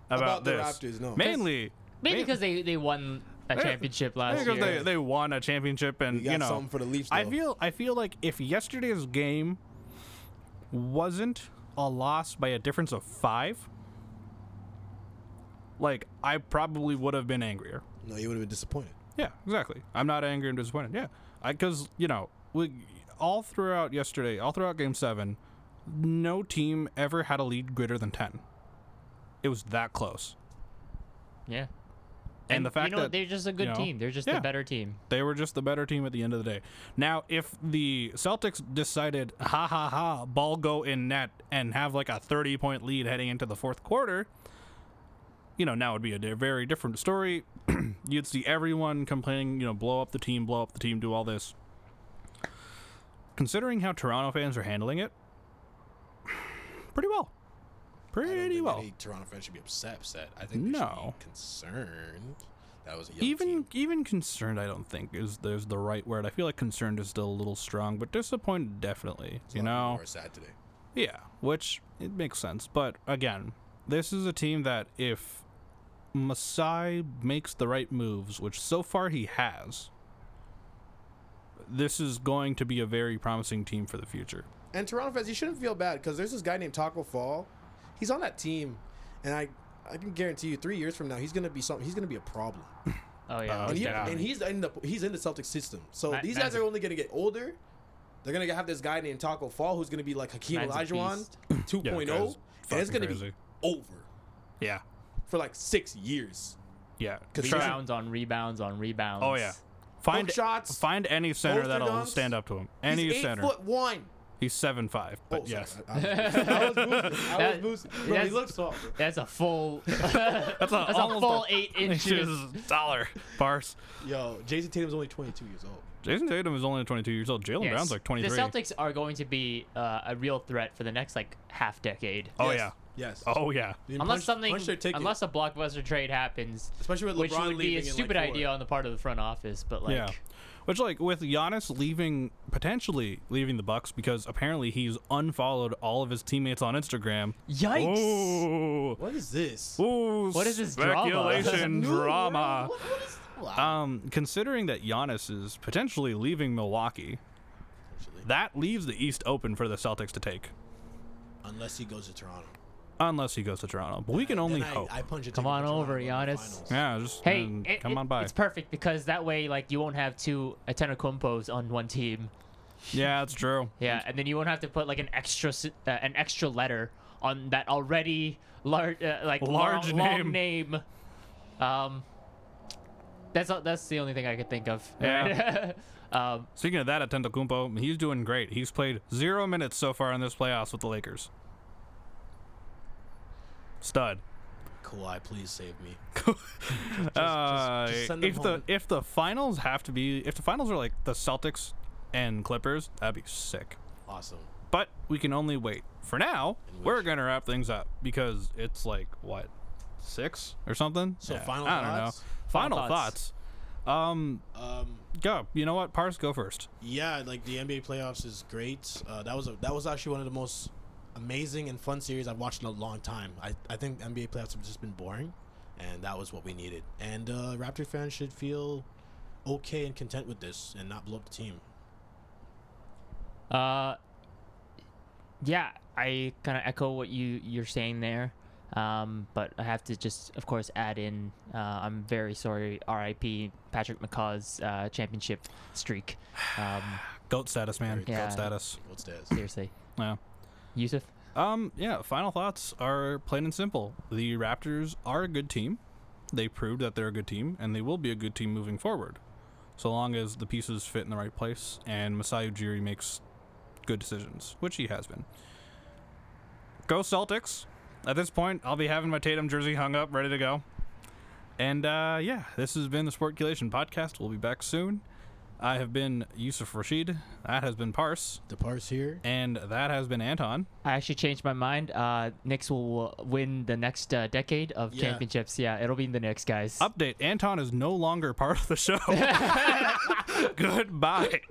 [SPEAKER 1] about,
[SPEAKER 2] About the
[SPEAKER 1] this.
[SPEAKER 2] Raptors, no.
[SPEAKER 1] Mainly,
[SPEAKER 3] Maybe
[SPEAKER 1] main-
[SPEAKER 3] because they, they won a
[SPEAKER 1] Yeah,
[SPEAKER 3] championship last
[SPEAKER 1] because
[SPEAKER 3] year.
[SPEAKER 1] they, they won a championship and
[SPEAKER 2] You got
[SPEAKER 1] know
[SPEAKER 2] something for the Leafs.
[SPEAKER 1] I
[SPEAKER 2] though.
[SPEAKER 1] feel I feel like if yesterday's game wasn't a loss by a difference of five, like I probably would have been angrier.
[SPEAKER 2] no, you would have been disappointed.
[SPEAKER 1] Yeah, exactly. I'm not angry and disappointed. Yeah, I because you know we all throughout yesterday, all throughout Game Seven, no team ever had a lead greater than ten. It was that close,
[SPEAKER 3] yeah.
[SPEAKER 1] and, the fact
[SPEAKER 3] you know,
[SPEAKER 1] that
[SPEAKER 3] they're just a good
[SPEAKER 1] you know,
[SPEAKER 3] team. They're just
[SPEAKER 1] yeah.
[SPEAKER 3] the better team.
[SPEAKER 1] they were just the better team at the end of the day. Now, if the Celtics decided, ha ha ha, ball go in net and have like a 30 point lead heading into the fourth quarter, you know, now would be a di- very different story. You'd see everyone complaining, you know, blow up the team, blow up the team, do all this. Considering how Toronto fans are handling it, pretty well.
[SPEAKER 2] I don't
[SPEAKER 1] Pretty
[SPEAKER 2] think
[SPEAKER 1] well.
[SPEAKER 2] Any Toronto fans should be upset. Upset. I think they
[SPEAKER 1] No.
[SPEAKER 2] should be concerned. That was a young
[SPEAKER 1] even
[SPEAKER 2] team.
[SPEAKER 1] even concerned i don't think is there's the right word i feel like concerned is still a little strong but disappointed definitely you
[SPEAKER 2] A lot of people
[SPEAKER 1] know
[SPEAKER 2] were sad today.
[SPEAKER 1] yeah which it makes sense but again this is a team that if masai makes the right moves which so far he has this is going to be a very promising team for the future
[SPEAKER 2] And Toronto fans, you shouldn't feel bad because there's this guy named Taco Fall. He's on that team, and I, I can guarantee you, three years from now, he's gonna be something. He's gonna be a problem.
[SPEAKER 1] Uh,
[SPEAKER 3] Oh yeah.
[SPEAKER 2] and,
[SPEAKER 3] most
[SPEAKER 2] he,
[SPEAKER 3] definitely.
[SPEAKER 2] and he's in the he's in the Celtics system. So
[SPEAKER 3] Ma-
[SPEAKER 2] these
[SPEAKER 3] man's
[SPEAKER 2] guys are
[SPEAKER 3] a-
[SPEAKER 2] only gonna get older. They're gonna have this guy named Taco Fall who's gonna be like Hakeem
[SPEAKER 3] Man's a
[SPEAKER 2] Olajuwon
[SPEAKER 3] beast.
[SPEAKER 1] Yeah,
[SPEAKER 2] 2.0,
[SPEAKER 1] guy's
[SPEAKER 2] and it's
[SPEAKER 1] fucking
[SPEAKER 2] gonna
[SPEAKER 1] crazy.
[SPEAKER 2] be over
[SPEAKER 1] yeah
[SPEAKER 2] for like six years.
[SPEAKER 1] yeah
[SPEAKER 2] Construction-
[SPEAKER 1] Try-
[SPEAKER 3] rebounds on rebounds on rebounds.
[SPEAKER 1] oh yeah find
[SPEAKER 2] shots,
[SPEAKER 1] find any center
[SPEAKER 2] for
[SPEAKER 1] that'll
[SPEAKER 2] dunks.
[SPEAKER 1] stand up to him any
[SPEAKER 2] he's eight
[SPEAKER 1] center
[SPEAKER 2] foot one.
[SPEAKER 1] he's seven five but
[SPEAKER 2] Oh, sorry.
[SPEAKER 1] yes
[SPEAKER 2] I, I was boosted. I
[SPEAKER 3] That-
[SPEAKER 2] was boosted. Bro, he
[SPEAKER 3] that's-
[SPEAKER 2] looks soft. bro.
[SPEAKER 3] That's a full. that's a,
[SPEAKER 1] almost
[SPEAKER 3] full
[SPEAKER 1] a-
[SPEAKER 3] eight inches.
[SPEAKER 1] dollar bars.
[SPEAKER 2] Yo, Jason Tatum's only 22 years old.
[SPEAKER 1] Jason Tatum is only 22 years old. Jalen
[SPEAKER 3] Yes.
[SPEAKER 1] oh, Brown's like 23.
[SPEAKER 3] The Celtics are going to be uh, a real threat for the next like half decade.
[SPEAKER 1] oh
[SPEAKER 2] Yes.
[SPEAKER 1] yeah.
[SPEAKER 2] Yes.
[SPEAKER 1] Oh yeah.
[SPEAKER 3] unless
[SPEAKER 2] Punch-
[SPEAKER 3] something,
[SPEAKER 2] punch their ticket.
[SPEAKER 3] unless a blockbuster trade happens,
[SPEAKER 2] Especially with
[SPEAKER 3] which
[SPEAKER 2] LeBron
[SPEAKER 3] would be a
[SPEAKER 2] leaving in, like,
[SPEAKER 3] stupid
[SPEAKER 2] four.
[SPEAKER 3] idea on the part of the front office, but like,
[SPEAKER 1] yeah. Which like with Giannis leaving potentially leaving the Bucks because apparently he's unfollowed all of his teammates on Instagram.
[SPEAKER 3] yikes!
[SPEAKER 1] Ooh.
[SPEAKER 2] What is this?
[SPEAKER 1] Ooh,
[SPEAKER 3] What is this drama?
[SPEAKER 1] speculation
[SPEAKER 2] New
[SPEAKER 1] drama?
[SPEAKER 2] world? What- what is- Wow.
[SPEAKER 1] Um, considering that Giannis is potentially leaving Milwaukee,
[SPEAKER 2] Actually,
[SPEAKER 1] that leaves the East open for the Celtics to take,
[SPEAKER 2] Unless he goes to Toronto.
[SPEAKER 1] unless he goes to Toronto. But we can only
[SPEAKER 2] Then I,
[SPEAKER 1] hope.
[SPEAKER 2] I punch a
[SPEAKER 3] Come
[SPEAKER 2] ticket
[SPEAKER 3] on
[SPEAKER 2] to Toronto
[SPEAKER 3] over,
[SPEAKER 2] in the
[SPEAKER 3] Giannis.
[SPEAKER 2] finals.
[SPEAKER 1] yeah, just
[SPEAKER 3] Hey,
[SPEAKER 1] mm,
[SPEAKER 3] it-
[SPEAKER 1] come
[SPEAKER 3] it-
[SPEAKER 1] on by.
[SPEAKER 3] It's perfect because that way, like, you won't have two Atenacumpos on one team.
[SPEAKER 1] Yeah, that's true.
[SPEAKER 3] Yeah, and then you won't have to put like an extra s- uh, an extra letter on that already large uh, like
[SPEAKER 1] Large
[SPEAKER 3] long, long name. Um, that's all- that's the only thing I could think of.
[SPEAKER 1] Yeah.
[SPEAKER 3] um,
[SPEAKER 1] Speaking of that, Atento Kumpo, he's doing great. He's played zero minutes so far in this playoffs with the Lakers. Stud.
[SPEAKER 2] Kawhi, please save me.
[SPEAKER 1] Uh,
[SPEAKER 2] just send them
[SPEAKER 1] if the
[SPEAKER 2] home.
[SPEAKER 1] if the finals have to be if the finals are like the Celtics and Clippers, that'd be sick.
[SPEAKER 2] Awesome.
[SPEAKER 1] But we can only wait. For now, we're gonna wrap things up because it's like what six or something.
[SPEAKER 2] So final
[SPEAKER 1] I don't
[SPEAKER 2] thoughts?
[SPEAKER 1] know. Final,
[SPEAKER 3] Final
[SPEAKER 1] thoughts.
[SPEAKER 3] thoughts.
[SPEAKER 1] Um,
[SPEAKER 2] Um,
[SPEAKER 1] go. You know what? Pars, go first.
[SPEAKER 2] yeah, like the NBA playoffs is great. Uh, that was a, that was actually one of the most amazing and fun series I've watched in a long time. I, I think NBA playoffs have just been boring, and that was what we needed. And uh, Raptor fans should feel okay and content with this and not blow up the team.
[SPEAKER 3] Uh, yeah, I kind of echo what you you're saying there, um, but I have to just, of course, add in. Uh, I'm very sorry, R.I.P. Patrick McCaw's uh, championship streak. Um,
[SPEAKER 1] Goat status, man.
[SPEAKER 3] Yeah.
[SPEAKER 1] Goat status.
[SPEAKER 2] What's this?
[SPEAKER 3] seriously,
[SPEAKER 1] Yeah.
[SPEAKER 3] Yusuf.
[SPEAKER 1] Um, yeah, final thoughts are plain and simple. The Raptors are a good team. They proved that they're a good team, and they will be a good team moving forward. So long as the pieces fit in the right place and Masai Ujiri makes good decisions, which he has been. Go Celtics. At this point, I'll be having my Tatum jersey hung up, ready to go. And uh, yeah, this has been the Sportculation Podcast. We'll be back soon. I have been Yusuf Rashid. That has been Parse.
[SPEAKER 2] The parse here.
[SPEAKER 1] And that has been Anton.
[SPEAKER 3] I actually changed my mind. Uh, Knicks will uh, win the next uh, decade of
[SPEAKER 2] Yeah.
[SPEAKER 3] championships. Yeah, it'll be the Knicks, guys.
[SPEAKER 1] Update Anton is no longer part of the show. Goodbye.